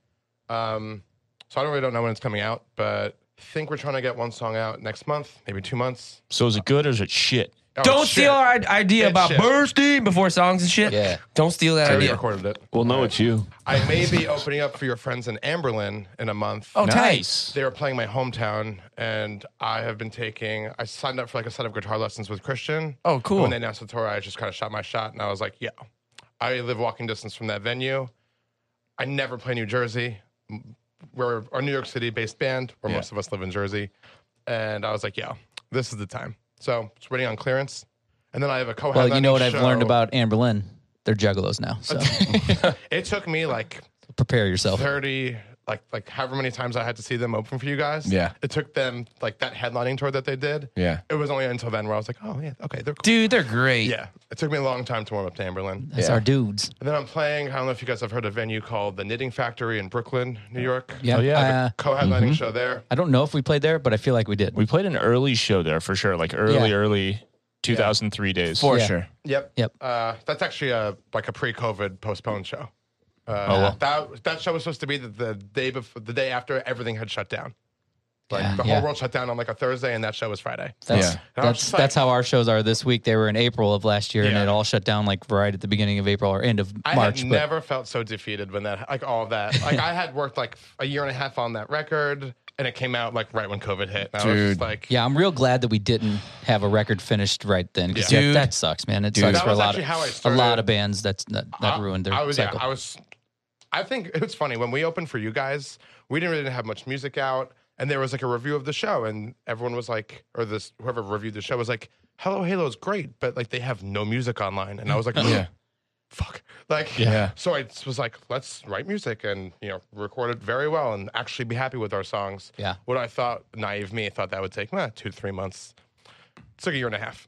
Speaker 4: Um, so I don't really don't know when it's coming out, but I think we're trying to get one song out next month, maybe two months.
Speaker 1: So is it good or is it shit?
Speaker 4: Oh,
Speaker 3: Don't
Speaker 4: shit.
Speaker 3: steal our i- idea
Speaker 4: Shit,
Speaker 3: about
Speaker 4: shit.
Speaker 3: Bernstein before songs and shit.
Speaker 2: Yeah.
Speaker 3: Don't steal that
Speaker 4: I already
Speaker 3: idea.
Speaker 4: recorded it.
Speaker 5: Well, no, it's you.
Speaker 4: I may be opening up for your friends in Amberlin in a month.
Speaker 3: Oh,
Speaker 1: Nice.
Speaker 4: They were playing my hometown, and I have been taking. I signed up for like a set of guitar lessons with Christian.
Speaker 3: Oh, cool.
Speaker 4: When they announced the tour, I just kind of shot my shot, and I was like, "Yeah, I live walking distance from that venue. I never play New Jersey. We're a New York City-based band, where most of us live in Jersey." And I was like, "Yeah, this is the time." So just waiting on clearance, and then I have a co.
Speaker 2: Well, you know what I've learned about Anne Boleyn? They're juggalos now. So
Speaker 4: It took me like
Speaker 2: prepare yourself.
Speaker 4: 30 like like however many times I had to see them open for you guys.
Speaker 3: Yeah.
Speaker 4: It took them like that headlining tour that they did.
Speaker 3: Yeah.
Speaker 4: It was only until then where I was like, oh yeah, okay, they're cool.
Speaker 3: Dude, they're great.
Speaker 4: Yeah. It took me a long time to warm up to Amberlin.
Speaker 2: That's
Speaker 3: Yeah.
Speaker 2: our dudes.
Speaker 4: And then I'm playing, I don't know if you guys have heard of a venue called the Knitting Factory in Brooklyn, New York.
Speaker 2: Yeah.
Speaker 3: Oh,
Speaker 1: yeah.
Speaker 2: Uh,
Speaker 4: Co-headlining
Speaker 3: Mm-hmm.
Speaker 4: show there.
Speaker 2: I don't know if we played there, but I feel like we did.
Speaker 1: We played an early show there for sure, like early,
Speaker 2: Yeah.
Speaker 1: early 2003 days.
Speaker 3: For
Speaker 2: Yeah.
Speaker 3: sure.
Speaker 4: Yep.
Speaker 2: Yep.
Speaker 4: Uh, that's actually a like a pre-COVID postponed show. Uh,
Speaker 3: Oh,
Speaker 4: that that show was supposed to be the, the day before, the day after everything had shut down. Like
Speaker 2: Yeah.
Speaker 4: the whole
Speaker 2: Yeah.
Speaker 4: world shut down on like a Thursday, and that show was Friday.
Speaker 2: That's
Speaker 3: Yeah.
Speaker 4: And I was
Speaker 2: that's
Speaker 4: just like-
Speaker 2: that's how our shows are this week. They were in April of last year, and
Speaker 4: Yeah.
Speaker 2: it all shut down like right at the beginning of April or end of
Speaker 4: I
Speaker 2: March.
Speaker 4: had
Speaker 2: but
Speaker 4: never felt so defeated when that like all of that. Like I had worked like a year and a half on that record, and it came out like right when COVID hit. And I was
Speaker 3: Dude.
Speaker 4: just like,
Speaker 2: yeah, I'm real glad that we didn't have a record finished right then because
Speaker 3: Yeah.
Speaker 2: that,
Speaker 3: Dude.
Speaker 2: that sucks, man. It
Speaker 3: Dude.
Speaker 2: sucks
Speaker 4: That
Speaker 2: for a
Speaker 4: was
Speaker 2: lot
Speaker 4: actually
Speaker 2: of
Speaker 4: how I
Speaker 2: a lot
Speaker 4: started.
Speaker 2: of bands. That's that, that
Speaker 4: I-
Speaker 2: ruined their
Speaker 4: I was, yeah,
Speaker 2: cycle.
Speaker 4: I was. I think it was funny when we opened for you guys. We didn't really have much music out, and there was like a review of the show, and everyone was like, or this whoever reviewed the show was like, "Hello Halo is great," but like they have no music online, and I was like,
Speaker 3: Yeah.
Speaker 4: fuck." Like,
Speaker 3: Yeah.
Speaker 4: So I was like, "Let's write music and you know record it very well and actually be happy with our songs."
Speaker 2: Yeah.
Speaker 4: What I thought, naive me, thought that would take eh, two to three months. It took a year and a half.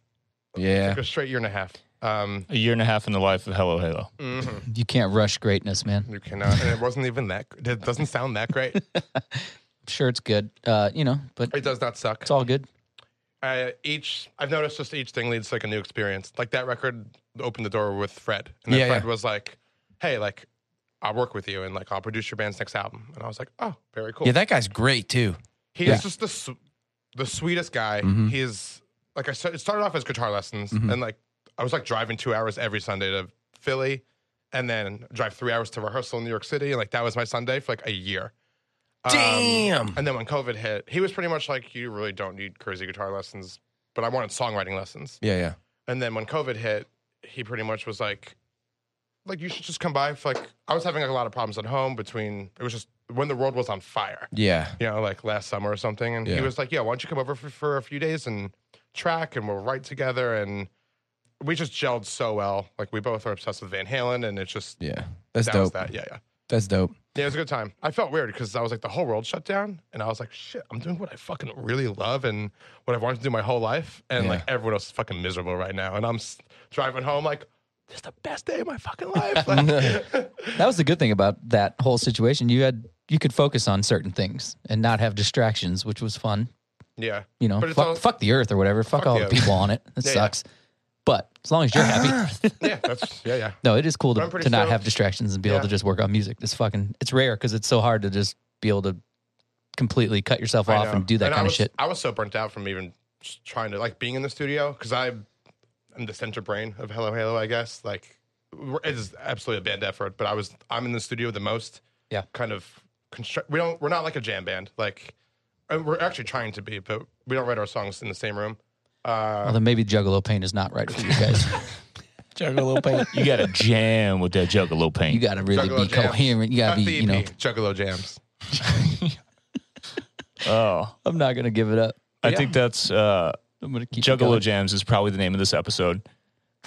Speaker 3: Yeah.
Speaker 4: Took a straight year and a half. Um,
Speaker 1: A year and a half in the life of Hello Halo.
Speaker 2: Mm. you can't rush greatness, man. I'm
Speaker 4: you cannot, and it wasn't even that. It doesn't sound that great.
Speaker 2: sure it's good, uh, you know, but
Speaker 4: It does not suck.
Speaker 2: it's all good.
Speaker 4: I, each I've noticed just each thing leads to like a new experience. Like that record opened the door with Fred, and then
Speaker 3: Yeah,
Speaker 4: Fred
Speaker 3: yeah.
Speaker 4: was like, "Hey, like I'll work with you, and like I'll produce your band's next album." And I was like, "Oh, very cool."
Speaker 3: Yeah, that guy's great too.
Speaker 4: He's
Speaker 3: yeah.
Speaker 4: just the su- the sweetest guy.
Speaker 3: Mhm.
Speaker 4: He's like I said, it started off as guitar lessons,
Speaker 3: Mhm.
Speaker 4: and like I was like driving two hours every Sunday to Philly, and then drive three hours to rehearsal in New York City, and like that was my Sunday for like a year. Um,
Speaker 3: Damn.
Speaker 4: and then when COVID hit, he was pretty much like, "You really don't need crazy guitar lessons." But I wanted songwriting lessons.
Speaker 3: Yeah, yeah.
Speaker 4: And then when COVID hit, he pretty much was like, like you should just come by. For like I was having like a lot of problems at home between it was just when the world was on fire,
Speaker 3: Yeah.
Speaker 4: you know, like last summer or something. And
Speaker 3: Yeah.
Speaker 4: he was like, yeah, why don't you come over for, for a few days and track and we'll write together and we just gelled so well. Like we both are obsessed with Van Halen and it's just
Speaker 3: Yeah. That's
Speaker 4: that was
Speaker 3: dope.
Speaker 4: that. Yeah, yeah.
Speaker 3: That's dope.
Speaker 4: Yeah, it was a good time. I felt weird because I was like, the whole world shut down, and I was like, shit, I'm doing what I fucking really love and what I've wanted to do my whole life, and
Speaker 3: Yeah.
Speaker 4: like everyone else is fucking miserable right now, and I'm s- driving home like, this is the best day of my fucking life. Like,
Speaker 2: That was the good thing about that whole situation. You had you could focus on certain things and not have distractions, which was fun.
Speaker 4: yeah,
Speaker 2: You know,
Speaker 4: But it's
Speaker 2: fuck,
Speaker 4: all-
Speaker 2: fuck the earth or whatever. Fuck,
Speaker 4: Fuck
Speaker 2: all
Speaker 4: the
Speaker 2: the
Speaker 4: earth.
Speaker 2: people on it. That
Speaker 4: Yeah, yeah.
Speaker 2: sucks. But as long as you're happy,
Speaker 4: yeah, that's yeah, yeah.
Speaker 2: no, it is cool to,
Speaker 4: I'm pretty
Speaker 2: to not
Speaker 4: stoked.
Speaker 2: have distractions and be able to
Speaker 4: Yeah.
Speaker 2: just work on music. It's fucking it's rare because it's so hard to just be able to completely cut yourself
Speaker 4: I
Speaker 2: off
Speaker 4: know.
Speaker 2: and do that
Speaker 4: And I
Speaker 2: kind of
Speaker 4: was,
Speaker 2: shit.
Speaker 4: I was so burnt out from even just trying to like being in the studio because I am the center brain of Hello Halo, I guess. Like we're- it is absolutely a band effort, but I was I'm in the studio the most.
Speaker 2: Yeah.
Speaker 4: kind of construct. We don't we're not like a jam band. Like uh, we're actually trying to be, but we don't write our songs in the same room. Uh,
Speaker 2: Well, then maybe Juggalo Pain is not right for you guys.
Speaker 5: Juggalo paint.
Speaker 1: You got to jam with that Juggalo paint.
Speaker 2: you got to really
Speaker 4: Juggalo
Speaker 2: be
Speaker 4: jams.
Speaker 2: coherent. You got
Speaker 4: Not
Speaker 2: to be,
Speaker 4: the
Speaker 2: you know.
Speaker 4: EP, Juggalo jams.
Speaker 1: oh,
Speaker 2: I'm not gonna give it up.
Speaker 1: I think that's uh,
Speaker 2: I'm gonna keep it
Speaker 1: Juggalo
Speaker 2: going.
Speaker 1: Jams is probably the name of this episode.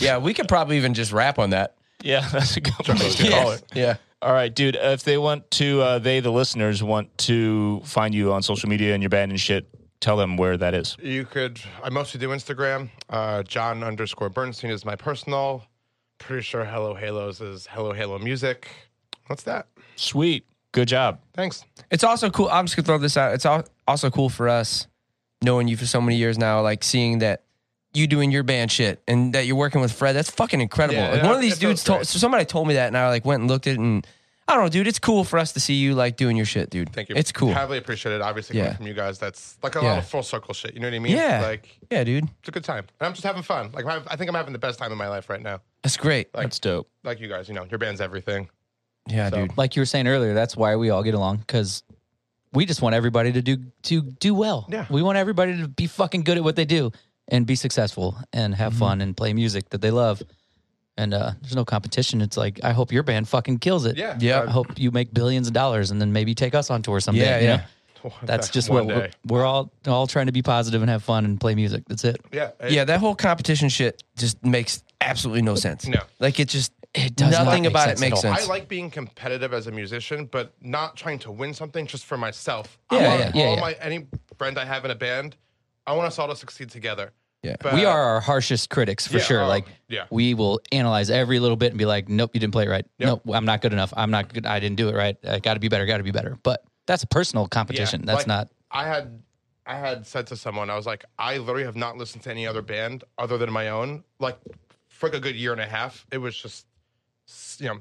Speaker 3: Yeah, we could probably even just rap on that.
Speaker 1: Yeah, that's a good place to call
Speaker 3: Yeah.
Speaker 1: it.
Speaker 3: Yeah.
Speaker 1: All right, dude. If they want to, uh, they the listeners want to find you on social media and your band and shit. Tell them where that is.
Speaker 4: You could. I mostly do Instagram. Uh, John underscore Bernstein is my personal. Pretty sure Hello Halos is Hello Halo Music. What's that?
Speaker 1: Sweet, good job.
Speaker 4: Thanks.
Speaker 3: It's also cool. I'm just gonna throw this out. It's al- also cool for us knowing you for so many years now, like seeing that you doing your band shit and that you're working with Fred. That's fucking incredible.
Speaker 4: Yeah,
Speaker 3: like
Speaker 4: yeah,
Speaker 3: one of these
Speaker 4: it feels
Speaker 3: dudes told
Speaker 4: great.
Speaker 3: so somebody told me that, and I like went and looked at it, and I don't know, dude. It's cool for us to see you like doing your shit, dude.
Speaker 4: Thank you.
Speaker 3: It's cool.
Speaker 4: Heavily appreciated. Obviously,
Speaker 3: Yeah.
Speaker 4: coming from you guys, that's like a
Speaker 3: Yeah.
Speaker 4: lot of full circle shit. You know what I mean?
Speaker 3: Yeah.
Speaker 4: Like
Speaker 3: yeah, dude.
Speaker 4: it's a good time, and I'm just having fun. Like I I think I'm having the best time of my life right now.
Speaker 3: That's great.
Speaker 4: Like-
Speaker 1: That's dope.
Speaker 4: Like you guys, you know, your band's everything.
Speaker 3: Yeah,
Speaker 4: So-
Speaker 3: dude.
Speaker 2: like you were saying earlier, that's why we all get along because we just want everybody to do to do well.
Speaker 4: Yeah.
Speaker 2: We want everybody to be fucking good at what they do and be successful and have
Speaker 4: Mm-hmm.
Speaker 2: fun and play music that they love. And uh, there's no competition. It's like I hope your band fucking kills it.
Speaker 4: Yeah.
Speaker 3: Yeah.
Speaker 2: I hope you make billions of dollars and then maybe take us on tour someday.
Speaker 3: Yeah,
Speaker 2: you know?
Speaker 3: yeah.
Speaker 2: That's just
Speaker 4: Uh, One
Speaker 2: what we're,
Speaker 4: day.
Speaker 2: we're all all trying to be positive and have fun and play music. That's it.
Speaker 4: Yeah. it-
Speaker 3: Yeah, that whole competition shit just makes absolutely no sense.
Speaker 4: No.
Speaker 3: Like it just
Speaker 2: It does not
Speaker 3: Nothing
Speaker 2: make
Speaker 3: about
Speaker 2: sense
Speaker 3: it makes
Speaker 2: at all.
Speaker 3: sense.
Speaker 4: I like being competitive as a musician, but not trying to win something just for myself. I
Speaker 3: Yeah,
Speaker 4: want
Speaker 2: yeah, yeah,
Speaker 4: all
Speaker 2: yeah.
Speaker 4: my any friend I have in a band, I want us all to succeed together.
Speaker 3: Yeah.
Speaker 4: But-
Speaker 2: we are our harshest critics for
Speaker 4: Yeah,
Speaker 2: sure.
Speaker 4: um,
Speaker 2: like
Speaker 4: yeah.
Speaker 2: we will analyze every little bit and be like, nope, you didn't play it right.
Speaker 4: Yep.
Speaker 2: Nope, I'm not good enough. I'm not good. I didn't do it right. I got to be better. Got to be better. But that's a personal competition. that's
Speaker 4: like,
Speaker 2: not.
Speaker 4: I had I had said to someone, I was like, I literally have not listened to any other band other than my own. Like for like a good year and a half, it was just you know,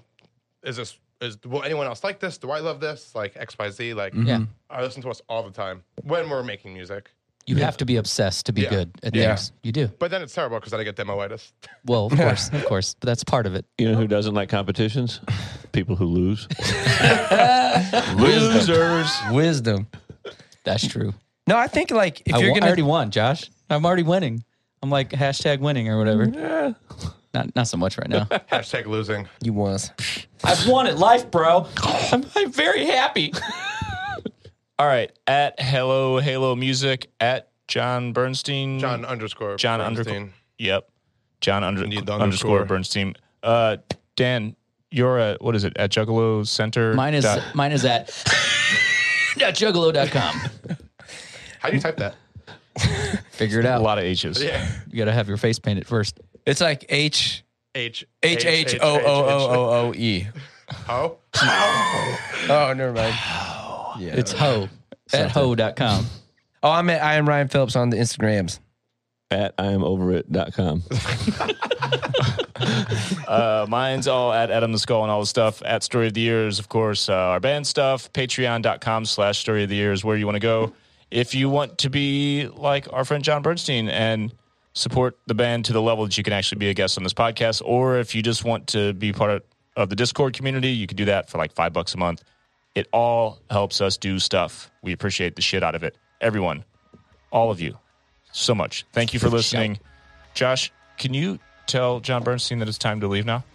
Speaker 4: is this is will anyone else like this? Do I love this? Like X Y Z. Like
Speaker 2: Yeah.
Speaker 4: I listen to us all the time when we're making music.
Speaker 2: You have to be obsessed to be
Speaker 4: Yeah.
Speaker 2: good at
Speaker 3: Yeah.
Speaker 2: things. You do.
Speaker 4: But then it's terrible because then I get demoitis.
Speaker 2: Well, of course, of course. But that's part of it.
Speaker 5: You know who doesn't like competitions? People who lose.
Speaker 3: Losers. Wisdom.
Speaker 2: That's true.
Speaker 3: No, I think like if
Speaker 2: I,
Speaker 3: you're
Speaker 2: wa- I
Speaker 3: gonna
Speaker 2: already won, Josh. I'm already winning. I'm like hashtag winning or whatever. Not not so much right now.
Speaker 4: Hashtag losing.
Speaker 3: you was.
Speaker 2: I've won at life, bro. I'm, I'm very happy.
Speaker 1: All right. At Hello Halo Music, at John Bernstein.
Speaker 4: John underscore
Speaker 1: John
Speaker 4: Bernstein.
Speaker 1: underscore. Yep. John under,
Speaker 4: Need
Speaker 1: underscore,
Speaker 4: the
Speaker 1: underscore
Speaker 4: underscore.
Speaker 1: Bernstein. Uh, Dan, you're at, what is it? At Juggalo Center.
Speaker 2: Mine is
Speaker 1: dot-
Speaker 2: mine is at juggalo.com.
Speaker 4: How do you type that?
Speaker 2: Figure it
Speaker 1: a
Speaker 2: out.
Speaker 1: lot of H's.
Speaker 4: Yeah.
Speaker 2: You gotta have your face painted first.
Speaker 3: It's like H
Speaker 4: H
Speaker 3: H H O O O O O E.
Speaker 4: O.
Speaker 3: Oh, never mind. Yeah.
Speaker 2: It's ho at ho.com.
Speaker 3: oh, I'm at I am Ryan Phillips on the Instagrams.
Speaker 5: At I am over it.com.
Speaker 1: Uh, mine's all at Adam the Skull and all the stuff. At Story of the Years, of course, uh, our band stuff. Patreon.com slash Story of the Years, where you want to go. If you want to be like our friend John Bernstein and support the band to the level that you can actually be a guest on this podcast, or if you just want to be part of, of the Discord community, you can do that for like five bucks a month. It all helps us do stuff. We appreciate the shit out of it. Everyone, all of you, so much. Thank you for listening. Josh, can you tell John Bernstein that it's time to leave now?